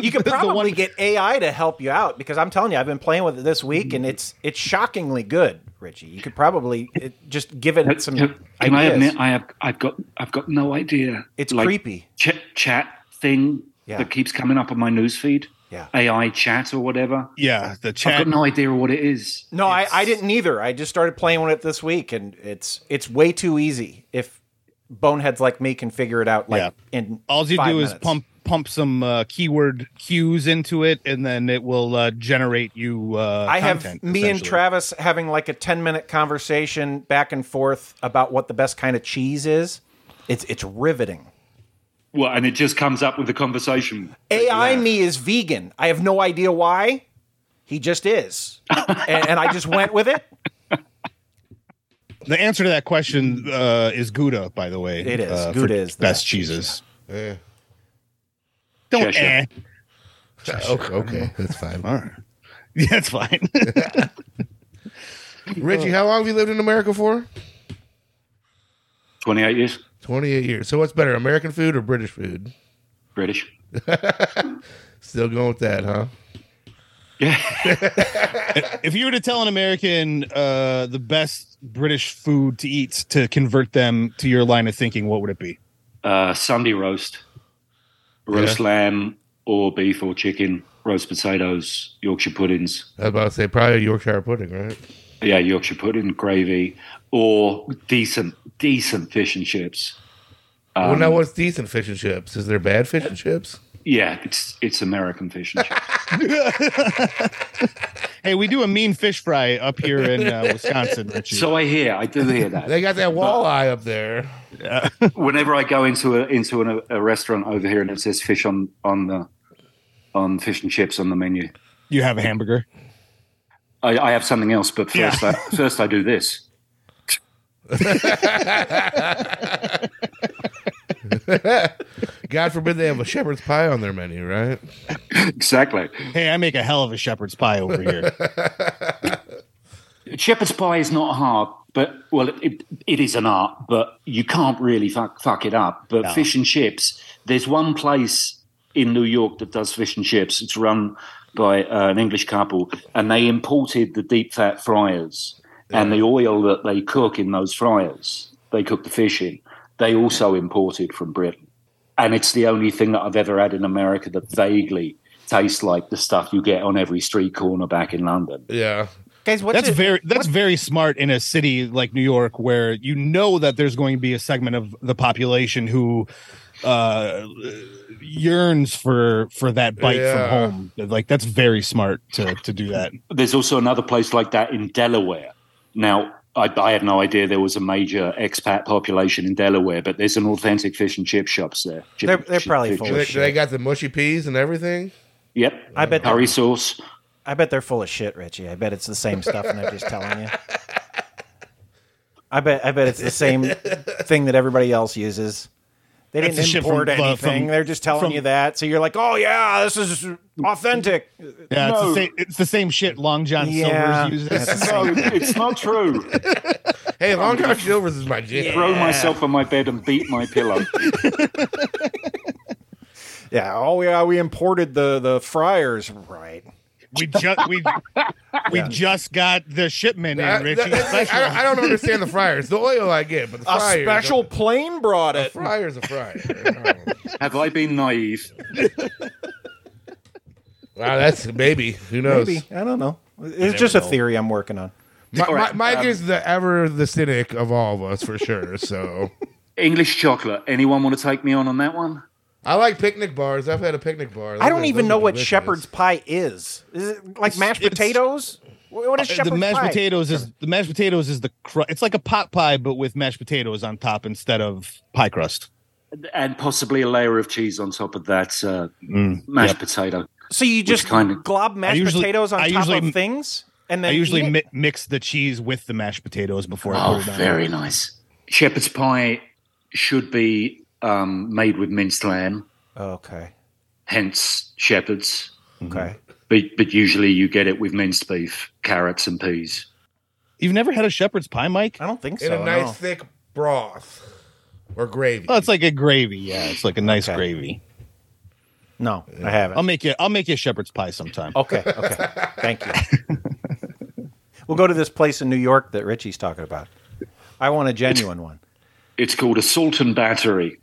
S2: You could probably
S7: one-
S2: get AI to help you out because I'm telling you, I've been playing with it this week, and it's it's shockingly good, Richie. You could probably it, just give it some.
S8: uh, Can
S2: ideas.
S8: I admit I have I've got I've got no idea.
S2: It's
S8: Like,
S2: creepy.
S8: Ch- chat thing
S2: Yeah.
S8: that keeps coming up on my newsfeed.
S2: Yeah.
S8: AI chat or whatever.
S7: Yeah, the
S8: I've
S7: chat.
S8: got no idea what it is.
S2: No, I, I didn't either. I just started playing with it this week, and it's it's way too easy if boneheads like me can figure it out. Like
S7: Yeah.
S2: in
S7: All you do
S2: five
S7: is
S2: minutes.
S7: pump pump some uh, keyword cues into it, and then it will uh, generate you. Uh,
S2: I have
S7: content,
S2: me and
S7: essentially.
S2: Travis having like a ten minute conversation back and forth about what the best kind of cheese is. It's it's riveting.
S8: Well, and it just comes up with the conversation.
S7: Uh,
S2: AI me is vegan. I have no idea why. He just is, and, and I just went with it.
S7: The answer to that question uh, is Gouda, by the way.
S2: It is.
S7: Uh,
S2: Gouda
S7: for
S2: is the best
S7: best
S2: cheese,
S7: cheeses.
S9: Yeah.
S7: Don't
S8: Cheshire.
S7: eh.
S9: Okay, okay, that's fine.
S7: All right. Yeah, it's fine.
S9: Richie, how long have you lived in America for?
S8: 28 years.
S9: 28 years. So what's better, American food or British food?
S8: British.
S9: Still going with that, huh?
S8: Yeah.
S7: If you were to tell an American uh, the best British food to eat to convert them to your line of thinking, what would it be?
S8: Uh, Sunday roast, roast lamb or beef or chicken, roast potatoes, Yorkshire puddings.
S9: I was about to say probably a Yorkshire pudding, right?
S8: Yeah, Yorkshire pudding, gravy, or decent, decent fish and chips.
S9: well,
S2: Um,
S9: now what's decent fish and chips? Is there bad fish and chips?
S8: Yeah, it's it's American fish and chips.
S7: Hey, we do a mean fish fry up here in uh, Wisconsin, Richie.
S8: so I hear, I do hear that.
S9: They got that walleye up there.
S8: whenever I go into a into an, a restaurant over here and it says fish on on the on fish and chips on the menu,
S7: you have a hamburger.
S8: I, I have something else. But first, I, first I do this.
S9: God forbid they have a shepherd's pie on their menu, right?
S8: Exactly.
S7: Hey, I make a hell of a shepherd's pie over here.
S8: Shepherd's pie is not hard, but well, it, it is an art, but you can't really fuck fuck it up. But fish and chips, there's one place in New York that does fish and chips. It's run by uh, an English couple, and they imported the deep fat fryers and the oil that they cook in those fryers. They cook the fish in. They also imported from Britain, and it's the only thing that I've ever had in America that vaguely tastes like the stuff you get on every street corner back in London.
S9: Yeah.
S2: Guys, what's
S7: That's
S2: it-
S7: very that's very smart in a city like New York, where you know that there's going to be a segment of the population who uh, yearns for for that bite
S9: Yeah.
S7: from home. Like that's very smart to to do that.
S8: there's also another place like that in Delaware. Now, I, I had no idea there was a major expat population in Delaware, but there's an authentic fish and chip shops there. Chip-
S2: They're- they're
S8: chip-
S2: probably
S8: fish
S2: full
S9: Do
S2: of
S9: they,
S8: shops.
S9: do they got the mushy peas and everything?
S8: Yep.
S2: I bet they're,
S8: Curry sauce.
S2: I bet they're full of shit, Richie. I bet it's the same stuff, and they're just telling you. I bet I bet it's the same thing that everybody else uses. They
S7: That's
S2: didn't
S7: the shit from-
S2: import
S7: uh,
S2: anything.
S7: from-
S2: they're just telling
S7: from-
S2: you that, so you're like, "Oh yeah, this is authentic."
S7: Yeah, it's, the same, it's the same shit Long John
S2: Yeah,
S7: Silver's
S2: that's the
S7: uses.
S8: No,
S2: same.
S8: it's not true.
S9: Hey,
S2: Oh,
S9: Long John Silver's is my jam.
S8: Throw myself on my bed and beat my pillow.
S2: Yeah, oh yeah, we imported the the fryers, right?
S7: We just we we just got the shipment
S9: I,
S7: in, Richie.
S9: that's like, I don't- I don't understand the fryers. The oil I get, but the
S2: A
S9: fryers.
S2: special plane brought it.
S9: fryer's a fryer. Oh.
S8: Have I been naive?
S9: wow, that's maybe. Who knows?
S2: Maybe I don't know. It's just a theory I'm working on.
S9: My,
S8: All right,
S9: my, Mike
S8: um,
S9: is the ever the cynic of all of us for sure. So
S8: English chocolate. Anyone want to take me on on that one?
S9: I like picnic bars. I've had a picnic bar.
S2: I don't
S9: Those-
S2: even
S9: those
S2: know
S9: are
S2: what
S9: delicious.
S2: shepherd's pie is. Is it like mashed
S7: it's- Uh,
S2: potatoes? What what is shepherd's
S7: the mashed
S2: pie?
S7: potatoes is the mashed potatoes is the cru- it's like a pot pie but with mashed potatoes on top instead of pie crust.
S8: And possibly a layer of cheese on top of that uh,
S2: Mm,
S8: mashed potato.
S2: So you just
S8: kind of-
S2: glob mashed
S7: usually-
S2: potatoes on
S7: I
S2: top
S7: usually-
S2: of things, and
S7: I
S2: then
S7: usually
S2: eat it?
S7: mi- mix the cheese with the mashed potatoes before I
S8: Oh,
S7: put it on.
S8: very nice. Shepherd's pie should be um, made with minced lamb,
S2: okay,
S8: hence shepherd's.
S2: okay.
S8: But but usually you get it with minced beef, carrots, and peas.
S7: You've never had a shepherd's pie, Mike?
S2: I don't think so.
S9: in a nice
S2: no.
S9: thick broth or gravy.
S7: Oh, it's like a gravy. Yeah, it's like a nice gravy.
S2: No, I
S7: I'll
S2: haven't.
S7: make you. I'll make you a shepherd's pie sometime.
S2: okay, okay. Thank you. we'll go to this place in New York that Richie's talking about. I want a genuine one.
S8: It's called a salt and battery,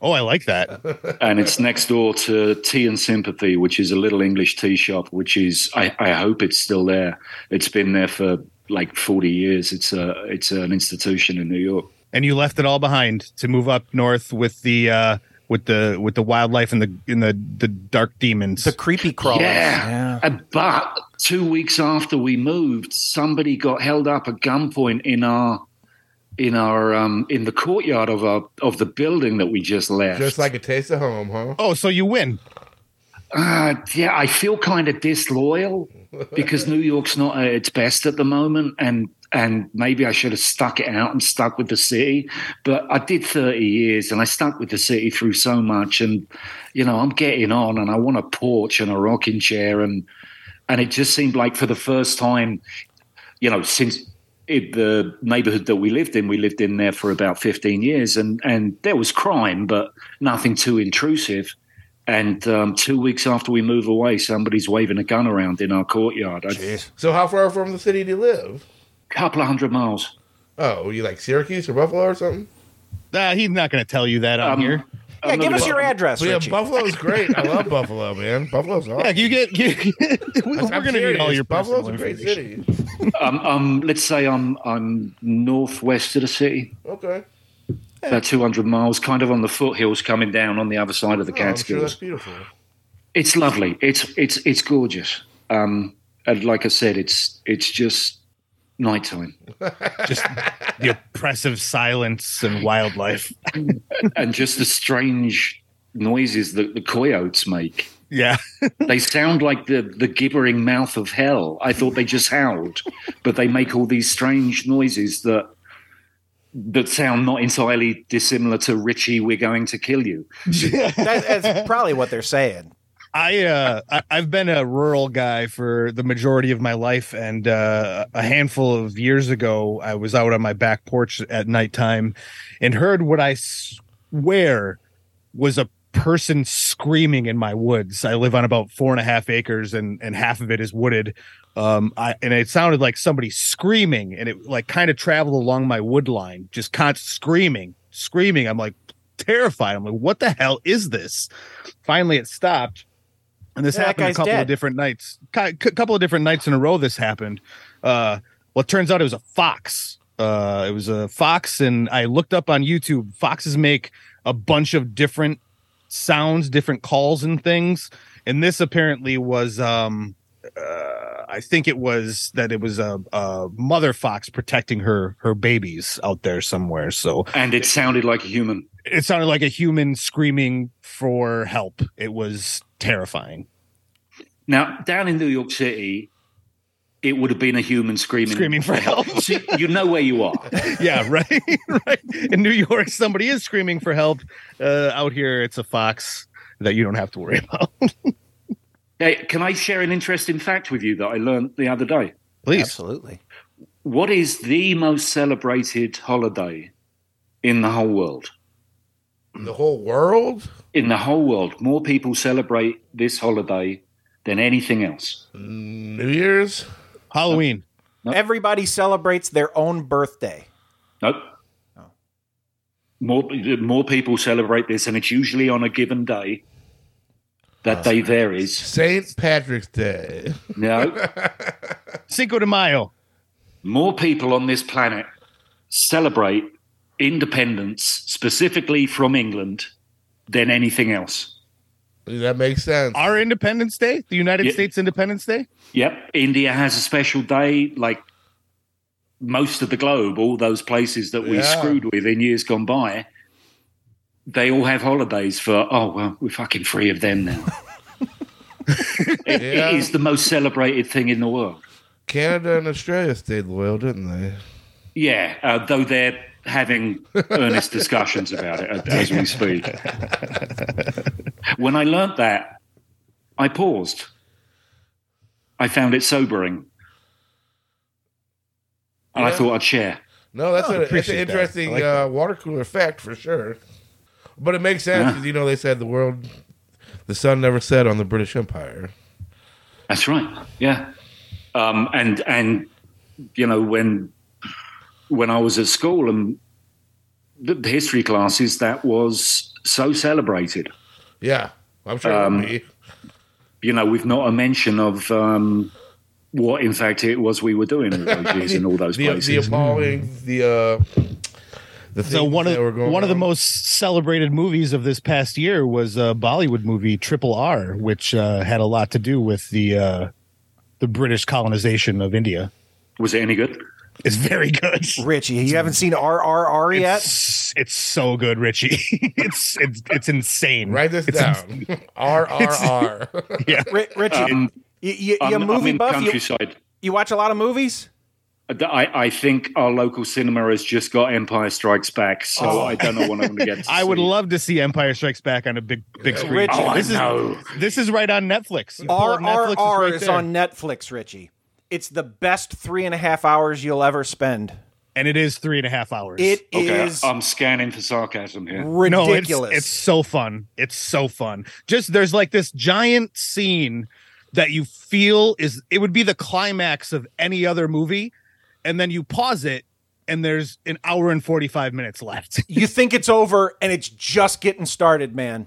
S7: Oh, I like that.
S8: and it's next door to Tea and Sympathy, which is a little English tea shop. Which is I, I hope it's still there. It's been there for like forty years. It's a it's an institution in New York.
S7: And you left it all behind to move up north with the uh, with the with the wildlife and the in the the dark demons.
S2: The creepy crawlers.
S8: Yeah.
S2: yeah.
S8: Uh, But two weeks after we moved, somebody got held up at gunpoint in our in our um, in the courtyard of our of the building that we just left.
S9: just like a taste of home, huh?
S7: oh, so you win.
S8: uh, yeah, I feel kind of disloyal because New York's not at its best at the moment, and and maybe I should have stuck it out and stuck with the city. But I did thirty years, and I stuck with the city through so much, and you know I'm getting on, and I want a porch and a rocking chair, and and it just seemed like for the first time, you know, since it, the neighborhood that we lived in, we lived in there for about 15 years, and, and there was crime, but nothing too intrusive. And um, two weeks after we move away, somebody's waving a gun around in our courtyard. A
S9: So how far from the city do you live?
S8: couple of hundred miles.
S9: Oh, you like Syracuse or Buffalo or something?
S7: Nah, he's not going to tell you that on
S8: Um,
S7: here.
S2: Yeah,
S8: I'm not
S2: give us
S8: gonna-
S2: your address,
S9: Well, yeah,
S2: Richie.
S9: Buffalo's great. I love Buffalo, man. Buffalo's awesome.
S7: Yeah, you get. You, we, are
S9: I'm
S7: going to need all
S9: serious.
S7: your
S9: Buffalo's
S7: personal
S9: a great
S7: information.
S9: city.
S8: Um, um, let's say I'm I'm northwest of the city,
S9: Okay.
S8: about 200 miles, kind of on the foothills, coming down on the other side of the
S9: Oh, I'm sure
S8: Catskills.
S9: that's beautiful.
S8: it's lovely. It's it's it's gorgeous. Um, and like I said, it's it's just nighttime
S7: Just the oppressive silence and wildlife.
S8: and just the strange noises that the coyotes make.
S7: Yeah,
S8: They sound like the the gibbering mouth of hell. I thought they just howled, but they make all these strange noises that that sound not entirely dissimilar to Richie. We're going to kill you.
S2: That, that's probably what they're saying.
S7: I, uh, I I've been a rural guy for the majority of my life, and uh, a handful of years ago, I was out on my back porch at nighttime and heard what I swear was a person screaming in my woods. I live on about four and a half acres, and and half of it is wooded. Um, I and it sounded like somebody screaming, and it like kind of traveled along my wood line, just constant screaming, screaming. I'm like terrified. I'm like, what the hell is this? Finally, it stopped. And this
S2: Yeah, that
S7: happened a
S2: guy's
S7: couple
S2: dead.
S7: of different nights, a couple of different nights in a row. This happened. Uh, well, it turns out it was a fox. Uh, it was a fox, and I looked up on YouTube. Foxes make a bunch of different sounds, different calls, and things. And this apparently was, um, uh, I think it was that it was a, a mother fox protecting her her babies out there somewhere. So
S8: And it sounded like a human.
S7: it sounded like a human screaming for help. It was terrifying.
S8: Now, down in New York City, it would have been a human screaming,
S7: Screaming for help.
S8: So you know where you are.
S7: yeah, right, right. In New York, somebody is screaming for help. Uh, out here, it's a fox that you don't have to worry about.
S8: Hey, can I share an interesting fact with you that I learned the other day?
S7: Please,
S2: Absolutely.
S8: What is the most celebrated holiday in the whole world?
S9: The whole world?
S8: In the whole world, more people celebrate this holiday than anything else.
S9: New Year's?
S7: Halloween.
S2: Everybody celebrates their own birthday.
S8: Nope. More more people celebrate this, and it's usually on a given day. That day varies.
S9: St. Patrick's Day.
S8: No,
S7: Cinco de Mayo.
S8: more people on this planet celebrate independence, specifically from England, than anything else.
S9: That makes sense.
S7: Our Independence Day, the United
S8: Yeah.
S7: States Independence Day.
S8: Yep. India has a special day, like most of the globe, all those places that we
S9: Yeah.
S8: screwed with in years gone by. They all have holidays for, oh, well, we're fucking free of them now. It-
S9: Yeah.
S8: it is the most celebrated thing in the world.
S9: Canada and Australia stayed loyal, didn't they?
S8: Yeah, uh, though they're having earnest discussions about it uh, as we speak. when I learnt that, I paused. I found it sobering. And I
S9: Yeah.
S8: thought I'd share.
S9: No, that's,
S7: Oh, I
S9: a, that's an
S7: appreciate that. I
S9: interesting
S7: like
S9: uh, water cooler fact for sure. But it makes sense
S8: Yeah.
S9: 'cause, you know they said the world, the sun never set on the British Empire.
S8: That's right. Yeah. Um, and and you know when when I was at school and the the history classes that was so celebrated.
S9: Yeah, I'm sure
S8: Um,
S9: it would be.
S8: You know, with not a mention of um, what in fact it was we were doing with those years in all those
S9: the, the
S8: places. Mm.
S9: appalling the uh the
S7: So
S9: things
S7: one
S9: that were
S7: of
S9: going
S7: one of the
S9: on.
S7: most celebrated movies of this past year was a Bollywood movie Triple R, which uh, had a lot to do with the uh, the British colonization of India.
S8: was it any good?
S7: It's very good.
S2: Richie, you haven't seen RRR yet?
S7: It's, it's so good, Richie. it's it's it's insane.
S9: write this
S7: It's
S9: down R R R
S2: Ri- Richie, you, you, you
S8: um, I'm, I'm
S2: movie
S8: in the
S2: buff? You,
S8: countryside.
S2: you watch a lot of movies?
S8: I, I think our local cinema has just got Empire Strikes Back, so I don't know when I'm going to get. To
S7: I would
S8: see it.
S7: love to see Empire Strikes Back on a big big screen.
S2: Richie. Oh,
S8: I
S7: this is
S8: know.
S7: this is right on Netflix. You pull up Netflix, it's
S2: RRR
S7: right
S2: is
S7: there.
S2: on Netflix, Richie. It's the best three and a half hours you'll ever spend.
S7: and it is three and a half hours.
S2: It is
S8: Okay, um, I'm scanning for sarcasm here.
S2: ridiculous.
S7: No, it's, it's so fun. It's so fun. Just there's like this giant scene that you feel is it would be the climax of any other movie, and then you pause it, and there's an hour and forty five minutes left.
S2: you think it's over, and it's just getting started, man.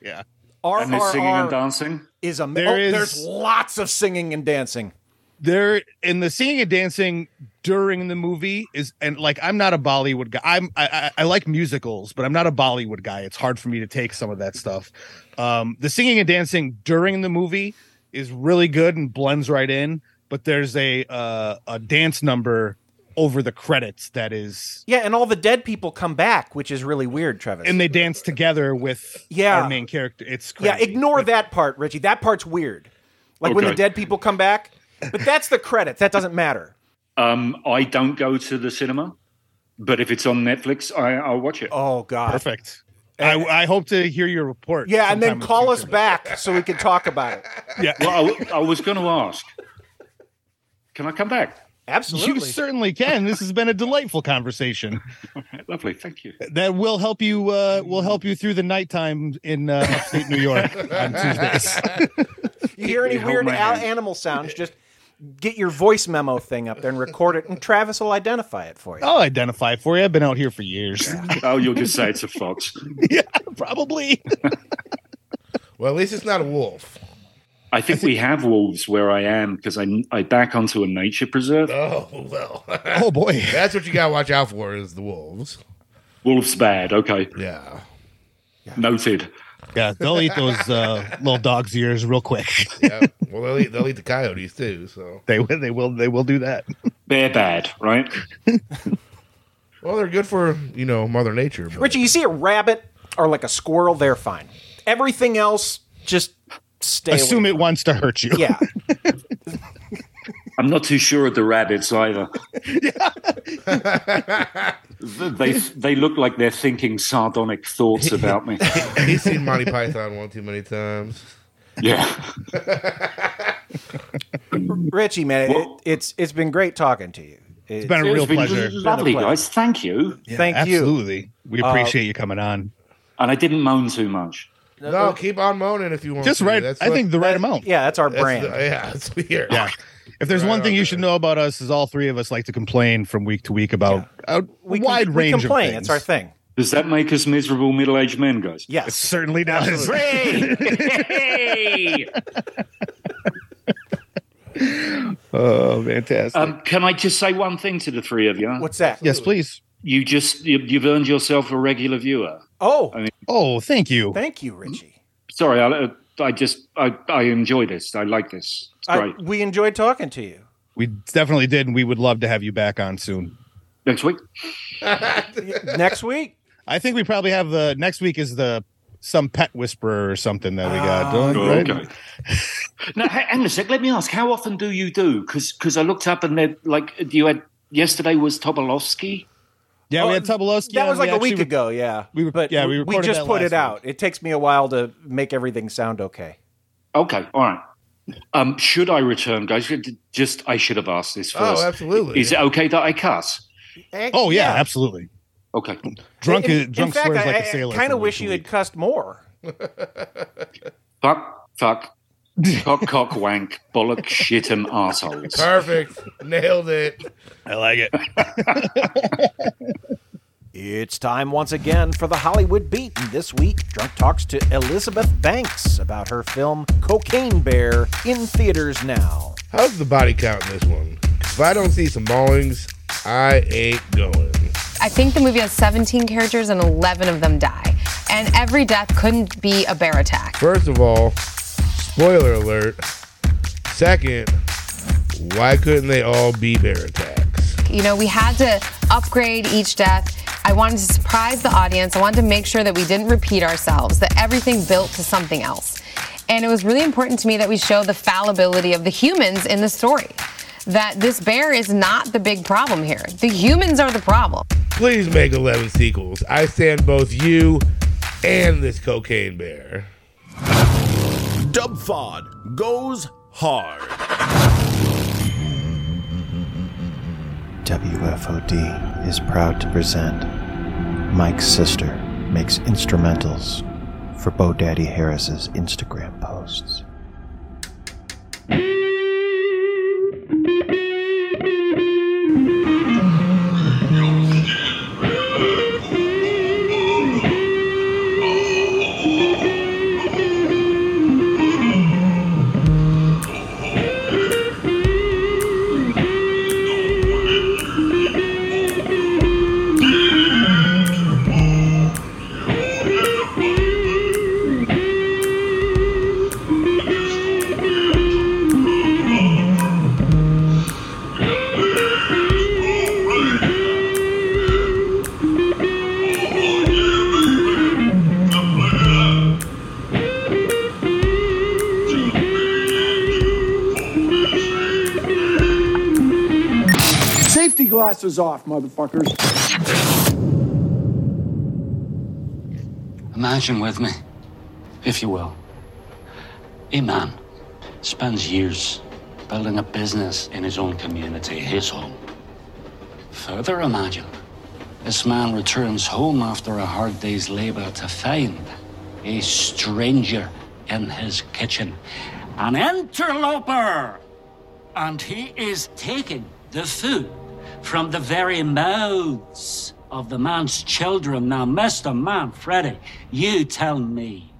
S7: yeah,
S2: RRR
S8: And they're singing and dancing.
S2: is a oh,
S7: There is-
S2: there's lots of singing and dancing.
S7: there and the singing and dancing during the movie is and like I'm not a Bollywood guy. I'm I, I, I like musicals, but I'm not a Bollywood guy. It's hard for me to take some of that stuff. Um, the singing and dancing during the movie is really good and blends right in. But there's a uh, a dance number over the credits that is,
S2: Yeah, and all the dead people come back, which is really weird, Travis.
S7: and they dance together with
S2: Yeah.
S7: our main character. It's
S2: yeah,
S7: crazy.
S2: ignore that part, Richie. That part's weird. Like when the
S8: Okay.
S2: dead people come back, but that's the credits. That doesn't matter.
S8: Um, I don't go to the cinema, but if it's on Netflix, I, I'll watch it.
S2: Oh God.
S7: perfect. I, I hope to hear your report.
S2: Yeah, and
S7: sometime
S2: then
S7: in the
S2: call us
S7: future.
S2: back so we can talk about it.
S8: Well, I, w- I was going to ask. Can I come back?
S2: Absolutely.
S7: You certainly can. This has been a delightful conversation.
S8: Lovely, thank you.
S7: that will help you uh will help you through the nighttime in uh, upstate New York on Tuesdays.
S2: you hear any
S8: Hold
S2: weird
S8: my
S2: al-
S8: hand.
S2: animal sounds? Just get your voice memo thing up there and record it, and Travis will identify it for you.
S7: I'll identify it for you. I've been out here for years.
S8: Oh, you'll just say it's a fox.
S7: yeah, probably.
S9: Well, at least it's not a wolf.
S8: I think we have wolves where I am because I, I back onto a nature preserve.
S9: Oh well.
S7: Oh boy.
S9: That's what you gotta watch out for is the wolves.
S8: Wolves bad. Okay,
S9: Yeah.
S8: noted.
S7: Yeah, they'll eat those uh, little dog's ears real quick.
S9: yeah. Well, they'll eat, they'll eat the coyotes too. So,
S7: they will they will they will do that.
S8: They're bad, right?
S9: well, they're good for you know Mother Nature. but-
S2: Richie, you see a rabbit or like a squirrel, they're fine. Everything else, just stay. away
S7: Assume it wants to hurt you.
S2: Yeah.
S8: I'm not too sure of the rabbits either. they they look like they're thinking sardonic thoughts about me.
S9: He's seen Monty Python one too many times.
S8: Yeah.
S2: Richie, man, it,
S8: Well-
S2: it's it's been great talking to you. It-
S7: It's been a real
S8: It's been
S7: pleasure.
S8: Lovely
S2: Been a pleasure.
S8: guys, thank you.
S2: thank you.
S7: Absolutely. We appreciate you coming on.
S8: And I didn't moan too much.
S9: No, keep on moaning if you want.
S7: Just
S9: to.
S7: right.
S9: That's
S7: I
S9: what-
S7: think the right amount.
S2: Yeah, that's our
S9: that's
S2: brand.
S9: the- yeah, it's weird.
S7: Yeah. If there's
S9: Right
S7: one thing
S9: on
S7: you
S9: there.
S7: should know about us is all three of us like to complain from week to week about a
S2: we com-
S7: wide
S2: we
S7: range
S2: complain.
S7: of things.
S2: It's our thing.
S8: Does that make us miserable middle aged men, guys?
S2: Yes.
S7: Certainly does.
S8: Hey!
S7: Oh, fantastic.
S8: um, can I just say one thing to the three of you?
S2: What's that?
S7: yes, please.
S8: You just you, you've earned yourself a regular viewer.
S2: Oh,
S7: Oh, thank you.
S2: thank you, Richie.
S8: Sorry, I, I just I, I enjoy this. I like this. It's
S2: I-
S8: great.
S2: we enjoyed talking to you.
S7: we definitely did, and we would love to have you back on soon.
S8: Next week.
S2: Next week.
S7: I think we probably have the next week is the some pet whisperer or something that we got.
S8: Oh,
S7: right?
S8: okay. now, ha- hang on a sec. Let me ask. How often do you do? Because I looked up and they're like you had yesterday was Tobolowski.
S7: Yeah,
S2: Oh,
S7: we had Tobolowski.
S2: That
S7: on.
S2: was like
S7: We
S2: a week
S7: actually-
S2: ago, yeah.
S7: we were-
S2: but
S7: yeah, we
S2: we,
S7: recorded
S2: just
S7: that
S2: put
S7: last
S2: it
S7: week.
S2: out. It takes me a while to make everything sound okay.
S8: Okay, all right. Um, should I return, guys? Should- Just I should have asked this
S9: Oh,
S8: first.
S9: absolutely.
S8: Is it okay that I cuss?
S7: Oh yeah, absolutely.
S8: Okay.
S7: Drunk,
S2: In- in
S7: drunk
S2: fact,
S7: swears
S2: I-
S7: like
S2: I-
S7: a sailor.
S2: I kind of
S7: from week
S2: wish
S7: to
S2: you had
S7: week.
S2: cussed more.
S8: Fuck. Fuck. cock, cock, wank, bollock, shit, and assholes.
S9: Perfect. Nailed it.
S7: I like it.
S2: It's time once again for the Hollywood Beat. And this week, Drunk talks to Elizabeth Banks about her film Cocaine Bear in theaters now.
S9: How's the body count in this one? If I don't see some maulings, I ain't going.
S10: I think the movie has 17 characters and 11 of them die. And every death couldn't be a bear attack.
S9: First of all, spoiler alert. Second, why couldn't they all be bear attacks?
S10: You know, we had to upgrade each death. I wanted to surprise the audience. I wanted to make sure that we didn't repeat ourselves, that everything built to something else. And it was really important to me that we show the fallibility of the humans in the story. That this bear is not the big problem here. The humans are the problem.
S9: Please make 11 sequels. I stand both you and this cocaine bear.
S4: Dubfod goes hard.
S3: WFOD is proud to present Mike's sister makes instrumentals for Bo Daddy Harris's Instagram posts.
S11: Safety glasses off, motherfuckers.
S8: Imagine with me, if you will. A man spends years building a business in his own community, his home. Further imagine, this man returns home after a hard day's labor to find a stranger in his kitchen, an interloper! And he is taking the food from the very mouths of the man's children. Now, Mr. Manfredi, you tell me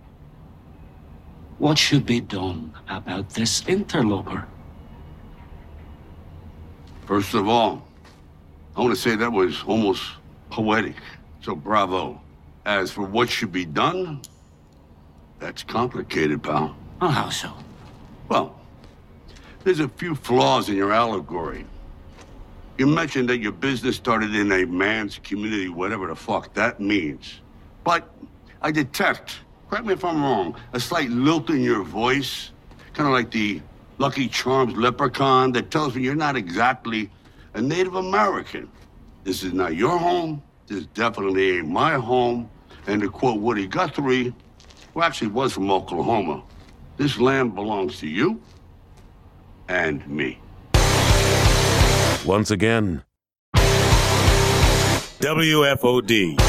S8: what should be done about this interloper?
S12: First of all, I want to say that was almost poetic. So bravo. As for what should be done, that's complicated, pal.
S8: Oh, how so?
S12: Well, there's a few flaws in your allegory. You mentioned that your business started in a man's community, whatever the fuck that means. But I detect, correct me if I'm wrong, a slight lilt in your voice, kind of like the Lucky Charms leprechaun that tells me you're not exactly a Native American. This is not your home. This definitely ain't my home. And to quote Woody Guthrie, who actually was from Oklahoma, this land belongs to you and me.
S13: Once again, WFOD.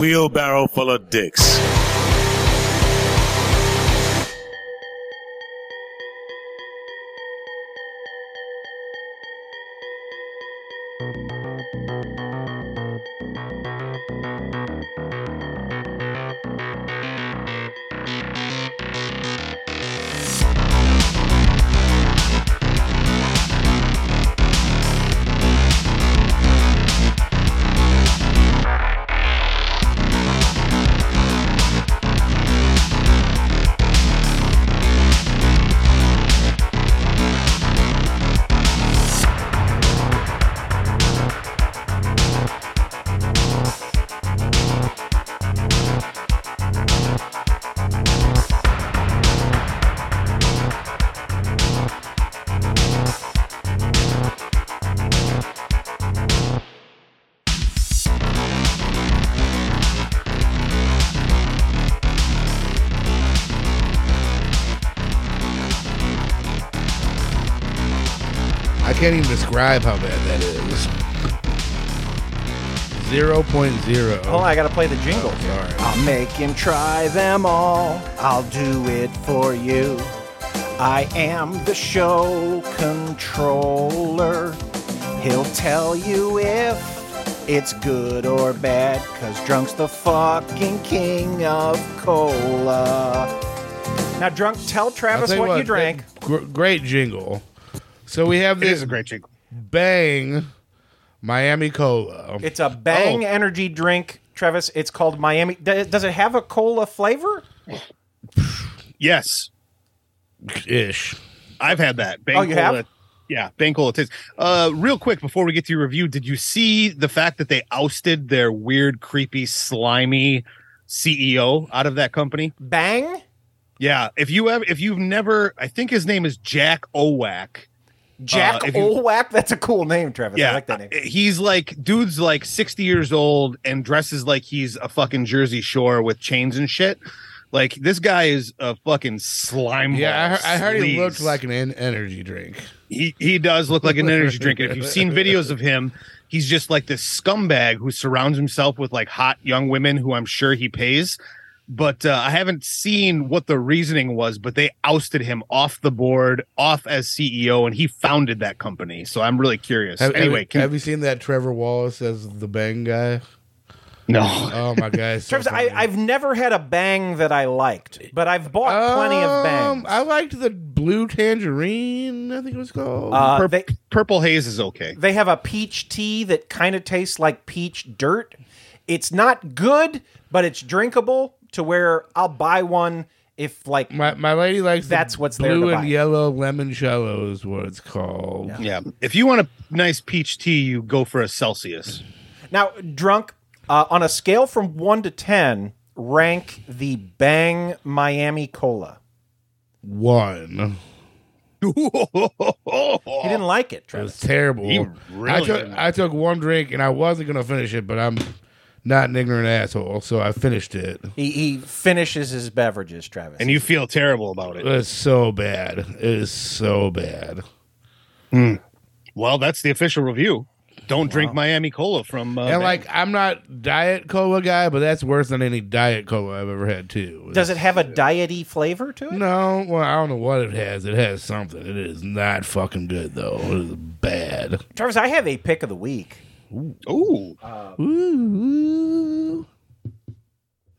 S13: Wheelbarrow full of dicks.
S9: I can't even describe how bad that is. 0.0.
S2: Hold on, Oh, I gotta play the jingle.
S9: I'll
S2: make him try them all. I'll do it for you. I am the show controller. He'll tell you if it's good or bad, cause drunk's the fucking king of cola. Now, drunk, tell Travis
S9: I'll tell
S2: what, you drank.
S9: that gr- great jingle. So we have
S7: It
S9: this
S7: is a great jingle.
S9: Bang Miami Cola.
S2: It's a Bang
S9: Oh.
S2: energy drink, Travis. It's called Miami. d- Does it have a cola flavor?
S7: Yes.
S9: Ish.
S7: I've had that. Bang
S2: Oh, you have?
S7: Cola- Yeah, Bankola tastes. Uh, real quick before we get to your review, did you see the fact that they ousted their weird, creepy, slimy CEO out of that company?
S2: Bang.
S7: Yeah, if you have, if you've never, I think his name is Jack Owack.
S2: Jack
S7: Uh, if you-
S2: Olwack. That's a cool name, Travis. I like that name.
S7: uh, He's like dude's like 60 years old and dresses like he's a fucking Jersey Shore with chains and shit. Like this guy is a fucking slime.
S9: Yeah,
S7: ball
S9: I, he- I heard he
S7: sleaze.
S9: looked like an en- energy drink.
S7: He he does look like an energy drinker. If you've seen videos of him, he's just like this scumbag who surrounds himself with like hot young women who I'm sure he pays. But uh, I haven't seen what the reasoning was, but they ousted him off the board, off as CEO, and he founded that company. So I'm really curious.
S9: Have,
S7: anyway,
S9: have,
S7: can-
S9: have you seen that Trevor Wallace as the bang guy?
S7: No.
S9: Oh my god, it's so
S2: Travis, I, I've never had a bang that I liked, but I've bought plenty of bangs.
S9: Um, I liked the blue tangerine. I think it was called.
S2: Uh,
S9: Purp-
S2: they-
S7: Purple haze is okay.
S2: They have a peach tea that kind of tastes like peach dirt. It's not good, but it's drinkable to where I'll buy one if like
S9: my, my lady likes
S2: that's what's there
S9: blue
S2: to
S9: and
S2: buy.
S9: yellow limoncello is what it's called.
S7: Yeah. If you want a nice peach tea, you go for a Celsius.
S2: Now, drunk uh, on a scale from one to ten, rank the Bang Miami Cola.
S9: One.
S2: He didn't like it,
S7: Oh.
S9: It was
S2: Travis.
S9: terrible.
S2: He
S9: I
S2: really
S9: took
S2: didn't.
S9: I took one drink and I wasn't gonna finish it, but I'm not an ignorant asshole, so I finished it.
S2: He, he finishes his beverages, Travis.
S7: And you feel terrible about
S9: It
S7: it.
S9: was so bad. It is so bad.
S7: Well, that's the official review. Don't drink Miami Cola from. Uh,
S9: and like I'm not diet cola guy, but that's worse than any diet cola I've ever had too.
S2: Does it have a diety flavor to it?
S9: No, well I don't know what it has. It has something. It is not fucking good though. It is bad.
S2: Travis, I have a pick of the week.
S7: Ooh.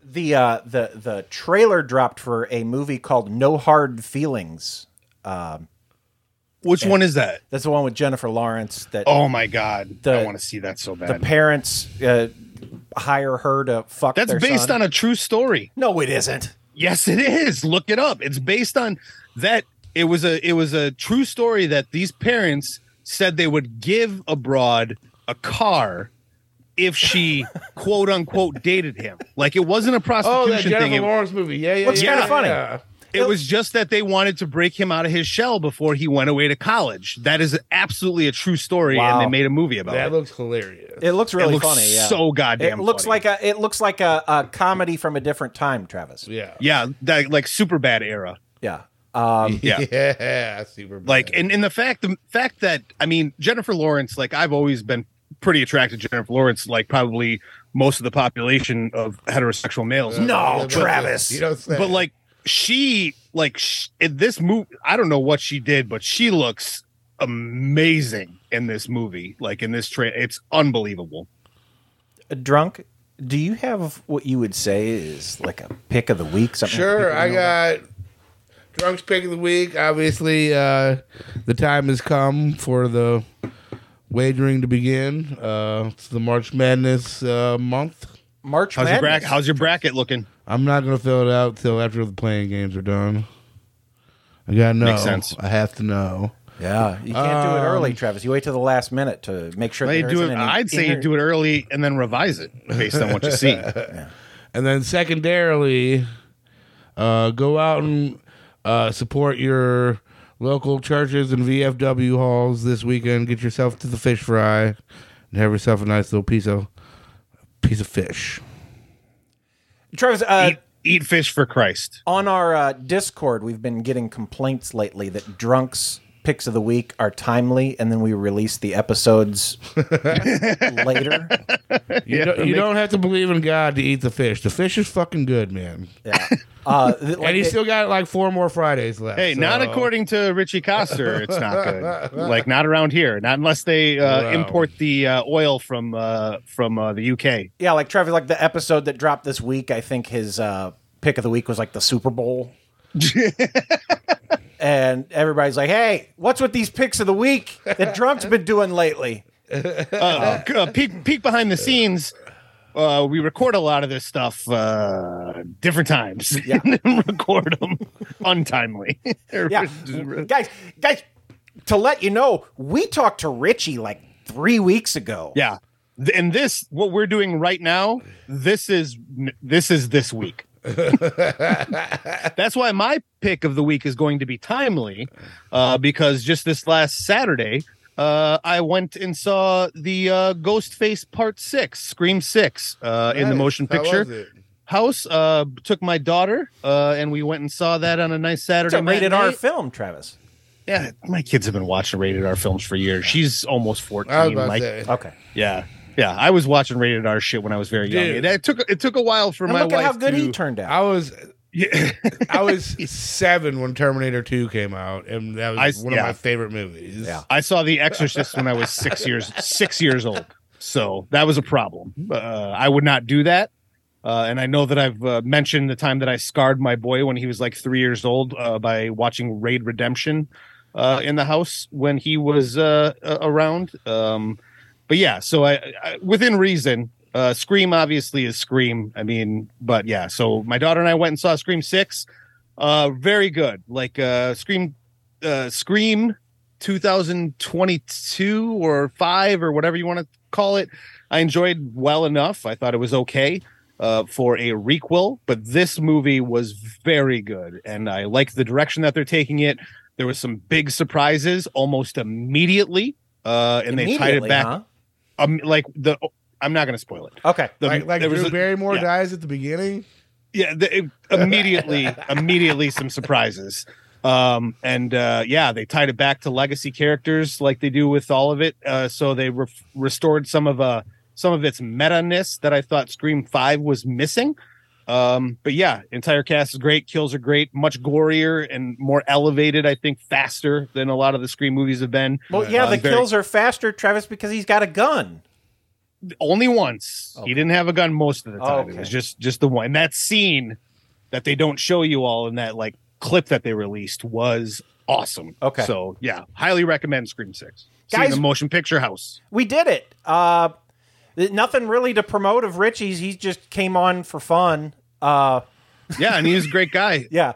S2: The uh, the the trailer dropped for a movie called No Hard Feelings. Um,
S7: Which one is that?
S2: That's the one with Jennifer Lawrence. That
S7: Oh my god!
S2: The-
S7: I want to see that so
S2: the
S7: bad.
S2: parents uh, hire her to fuck.
S7: That's
S2: their
S7: based
S2: son.
S7: on a true story.
S2: No, it isn't.
S7: Yes, it is. Look it up. It's based on that. It was a it was a true story that these parents said they would give abroad a car if she quote unquote dated him. Like it wasn't a
S9: Oh,
S7: prostitution
S9: that Jennifer
S7: thing. It-
S9: Lawrence movie. Yeah, yeah,
S2: Looks
S9: yeah,
S2: kinda funny.
S9: yeah.
S7: It was just that they wanted to break him out of his shell before he went away to college. That is absolutely a true story,
S2: Wow.
S7: and they made a movie about
S9: That
S7: it.
S9: looks hilarious.
S2: It looks really
S7: it looks
S2: funny. Yeah.
S7: so goddamn.
S2: it looks
S7: funny.
S2: like a it looks like a, a comedy from a different time, Travis.
S9: Yeah.
S7: yeah, that like super bad era.
S2: Yeah. Um,
S7: Yeah.
S9: Yeah, super bad.
S7: Like, and, and the fact the fact that I mean Jennifer Lawrence, like I've always been pretty attracted to Jennifer Lawrence, like probably most of the population of heterosexual males.
S2: no,
S9: but-
S2: oh, Travis.
S9: You don't say.
S7: but like she like sh- in this movie i don't know what she did but she looks amazing in this movie like in this tra- it's unbelievable
S2: drunk. Do you have what you would say is like a pick of the week? Something
S9: Sure,
S2: that
S9: I
S2: people know about?
S9: got drunk's pick of the week. Obviously, uh, the time has come for the wagering to begin. Uh, it's the March Madness uh, month.
S2: March
S7: how's your, bra-
S2: Madness.
S7: how's your bracket looking
S9: I'm not gonna fill it out till after the playing games are done. I gotta know.
S7: Makes sense.
S9: I have to know.
S2: yeah, you can't do it
S9: Um,
S2: early, Travis. You wait till the last minute to make sure.
S7: Well, you
S2: there
S7: do
S2: isn't
S7: it,
S2: any
S7: i'd say
S2: inner- Uh,
S7: you do it early and then revise it based on what you see
S9: And then secondarily, uh, go out and uh, support your local churches and VFW halls this weekend. Get yourself to the fish fry and have yourself a nice little piece of piece of fish.
S2: Travis. Uh,
S7: eat, eat fish for christ
S2: on our uh, Discord, we've been getting complaints lately that drunks picks of the week are timely, and then we release the episodes later.
S9: You, don't, you don't have to believe in God to eat the fish. The fish is fucking good, man.
S2: Yeah. Uh, th- like
S9: and you
S2: it-
S9: still got like four more Fridays left.
S7: hey not
S9: so-
S7: according to richie coster it's not good like not around here not unless they uh,
S9: Wow.
S7: import the uh, oil from uh, from uh, the uk
S2: yeah, like Travis, like the episode that dropped this week. I think his uh, pick of the week was like the Super Bowl. and everybody's like, "Hey, what's with these picks of the week that Drunk's been doing lately?"
S7: uh, c- uh, peek, peek behind the scenes. Uh, we record a lot of this stuff uh, different times
S2: Yeah.
S7: and then record them untimely.
S2: Yeah, Mm-hmm. guys, guys, to let you know, we talked to Richie like three weeks ago.
S7: yeah. Th- And this, what we're doing right now, this is this is this week. That's why my pick of the week is going to be timely, uh, because just this last Saturday, uh, I went and saw the uh, Ghostface Part Six, Scream Six, uh, in the
S9: Nice.
S7: motion
S9: How
S7: picture.
S9: was it?
S7: House uh, took my daughter, uh, and we went and saw that on a nice Saturday.
S2: It's a rated
S7: matinee.
S2: R film, Travis.
S7: Yeah, my kids have been watching rated R films for years. She's almost fourteen.
S2: I was about to
S7: like-
S2: say.
S9: oh,
S2: Okay.
S7: yeah, yeah. I was watching rated R shit when I was very young. It,
S9: Dude.
S7: it took it took a while for
S9: And
S7: my
S9: look at
S7: wife.
S9: how good he
S7: to-
S2: turned out.
S9: I was, I was seven when Terminator Two came out, and that was
S7: I-
S9: one
S7: yeah.
S9: of my favorite movies.
S7: I saw The Exorcist when I was six years six years old. So that was a problem. Uh, I would not do that. Uh, and I know that I've uh, mentioned the time that I scarred my boy when he was like three years old uh, by watching Raid Redemption uh, in the house when he was uh, uh, around. Um, but yeah, so I, I within reason. Uh, Scream obviously is Scream. I mean, but yeah. So my daughter and I went and saw Scream Six. Uh, very good. Like uh, Scream, uh, Scream, 2022 or five or whatever you want to call it. I enjoyed well enough. I thought it was okay uh, for a requel, but this movie was very good, and I like the direction that they're taking it. There was some big surprises almost immediately, uh, and they tied it
S9: Immediately,
S7: back.
S9: huh?
S7: Um, like the, I'm not going to spoil it.
S2: Okay,
S7: The-
S9: like like
S7: there was
S9: Drew
S7: a-
S9: Barrymore
S7: yeah.
S9: dies at the beginning.
S7: yeah the, it- immediately immediately some surprises um and uh yeah they tied it back to legacy characters like they do with all of it uh so they re- restored some of uh some of its meta-ness that i thought scream 5 was missing um but yeah entire cast is great kills are great much gorier and more elevated i think faster than a lot of the scream movies have been
S2: Well, yeah,
S7: Uh,
S2: the
S7: very-
S2: kills are faster, Travis, because he's got a gun.
S7: only once. He didn't have a gun most of the time.
S2: Okay.
S7: It was just just the one. And that scene that they don't show you all in that like clip that they released was awesome.
S2: Okay.
S7: So yeah, highly recommend Scream Six.
S2: Guys-
S7: Guys, the motion picture house.
S2: We did it. Uh, th- nothing really to promote of Richie's. He just came on for fun. Uh,
S7: yeah, and he's a great guy.
S2: yeah,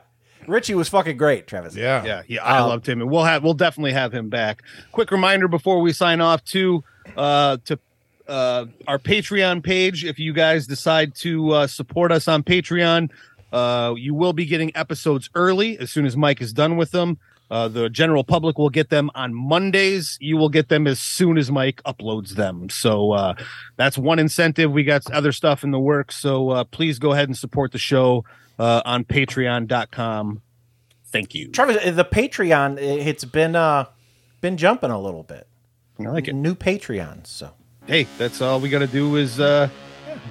S2: Richie was fucking great, Travis.
S9: Yeah.
S7: Yeah, yeah, I loved him, and we'll have we'll definitely have him back. Quick reminder before we sign off to uh, to uh, our Patreon page. If you guys decide to uh, support us on Patreon, uh, you will be getting episodes early as soon as Mike is done with them. Uh, the general public will get them on Mondays. You will get them as soon as Mike uploads them. So uh, that's one incentive. We got other stuff in the works. So uh, please go ahead and support the show uh, on patreon.com. Thank you.
S2: Travis, uh, the Patreon, i- it's been uh, been jumping a little bit.
S7: I like it.
S2: New Patreons, so
S7: hey, that's all we got to do is uh,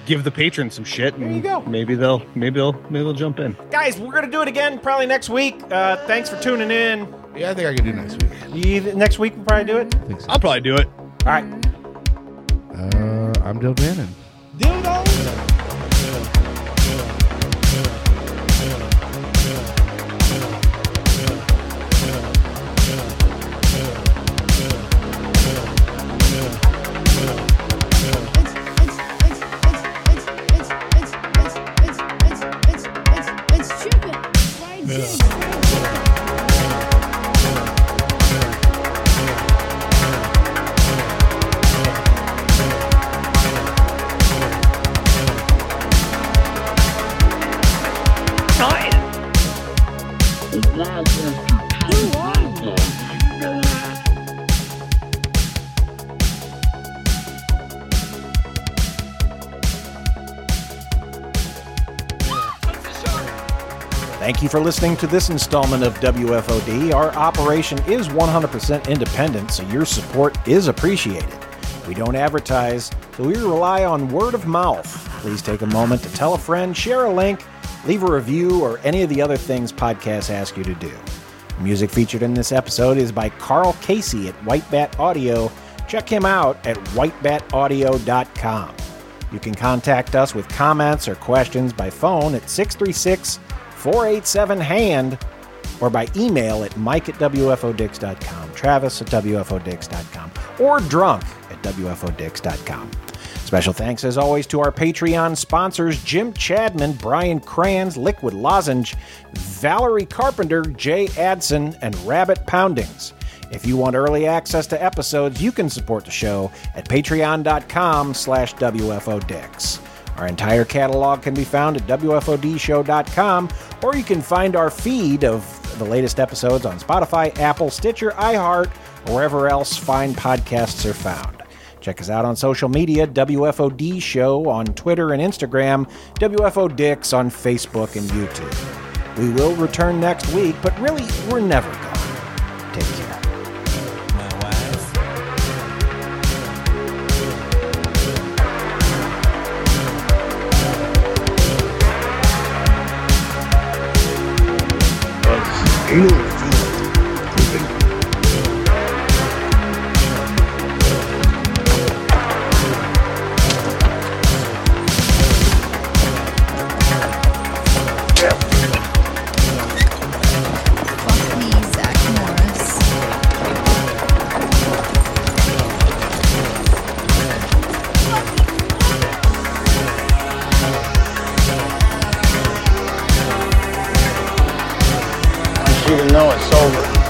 S7: give the patrons some shit. And there you go. Maybe they'll, maybe they'll, maybe they'll jump in.
S2: guys, we're gonna do it again probably next week. Uh, thanks for tuning in.
S9: Yeah, I think I could do next week.
S2: next week we'll probably do it.
S7: I'll probably do it.
S2: All right.
S9: Uh, I'm Dale Bannon.
S2: Thank you for listening to this installment of WFOD. Our operation is 100% independent, so your support is appreciated. We don't advertise, so we rely on word of mouth. Please take a moment to tell a friend, share a link, leave a review, or any of the other things podcasts ask you to do. Music featured in this episode is by Carl Casey at White Bat Audio. Check him out at whitebataudio.com. You can contact us with comments or questions by phone at 636 487 HAND or by email at mike at WFODix.com, Travis at WFODix.com, or drunk at WFODix.com. Special thanks, as always, to our Patreon sponsors Jim Chadman, Brian Kranz, Liquid Lozenge, Valerie Carpenter, Jay Adson, and Rabbit Poundings. If you want early access to episodes, you can support the show at patreon.com slash WFODix. Our entire catalog can be found at WFODshow.com, or you can find our feed of the latest episodes on Spotify, Apple, Stitcher, iHeart, or wherever else fine podcasts are found. Check us out on social media WFOD Show on Twitter and Instagram, WFO Dicks on Facebook and YouTube. We will return next week, but really, we're never gone. Take care.
S14: you to know it's over.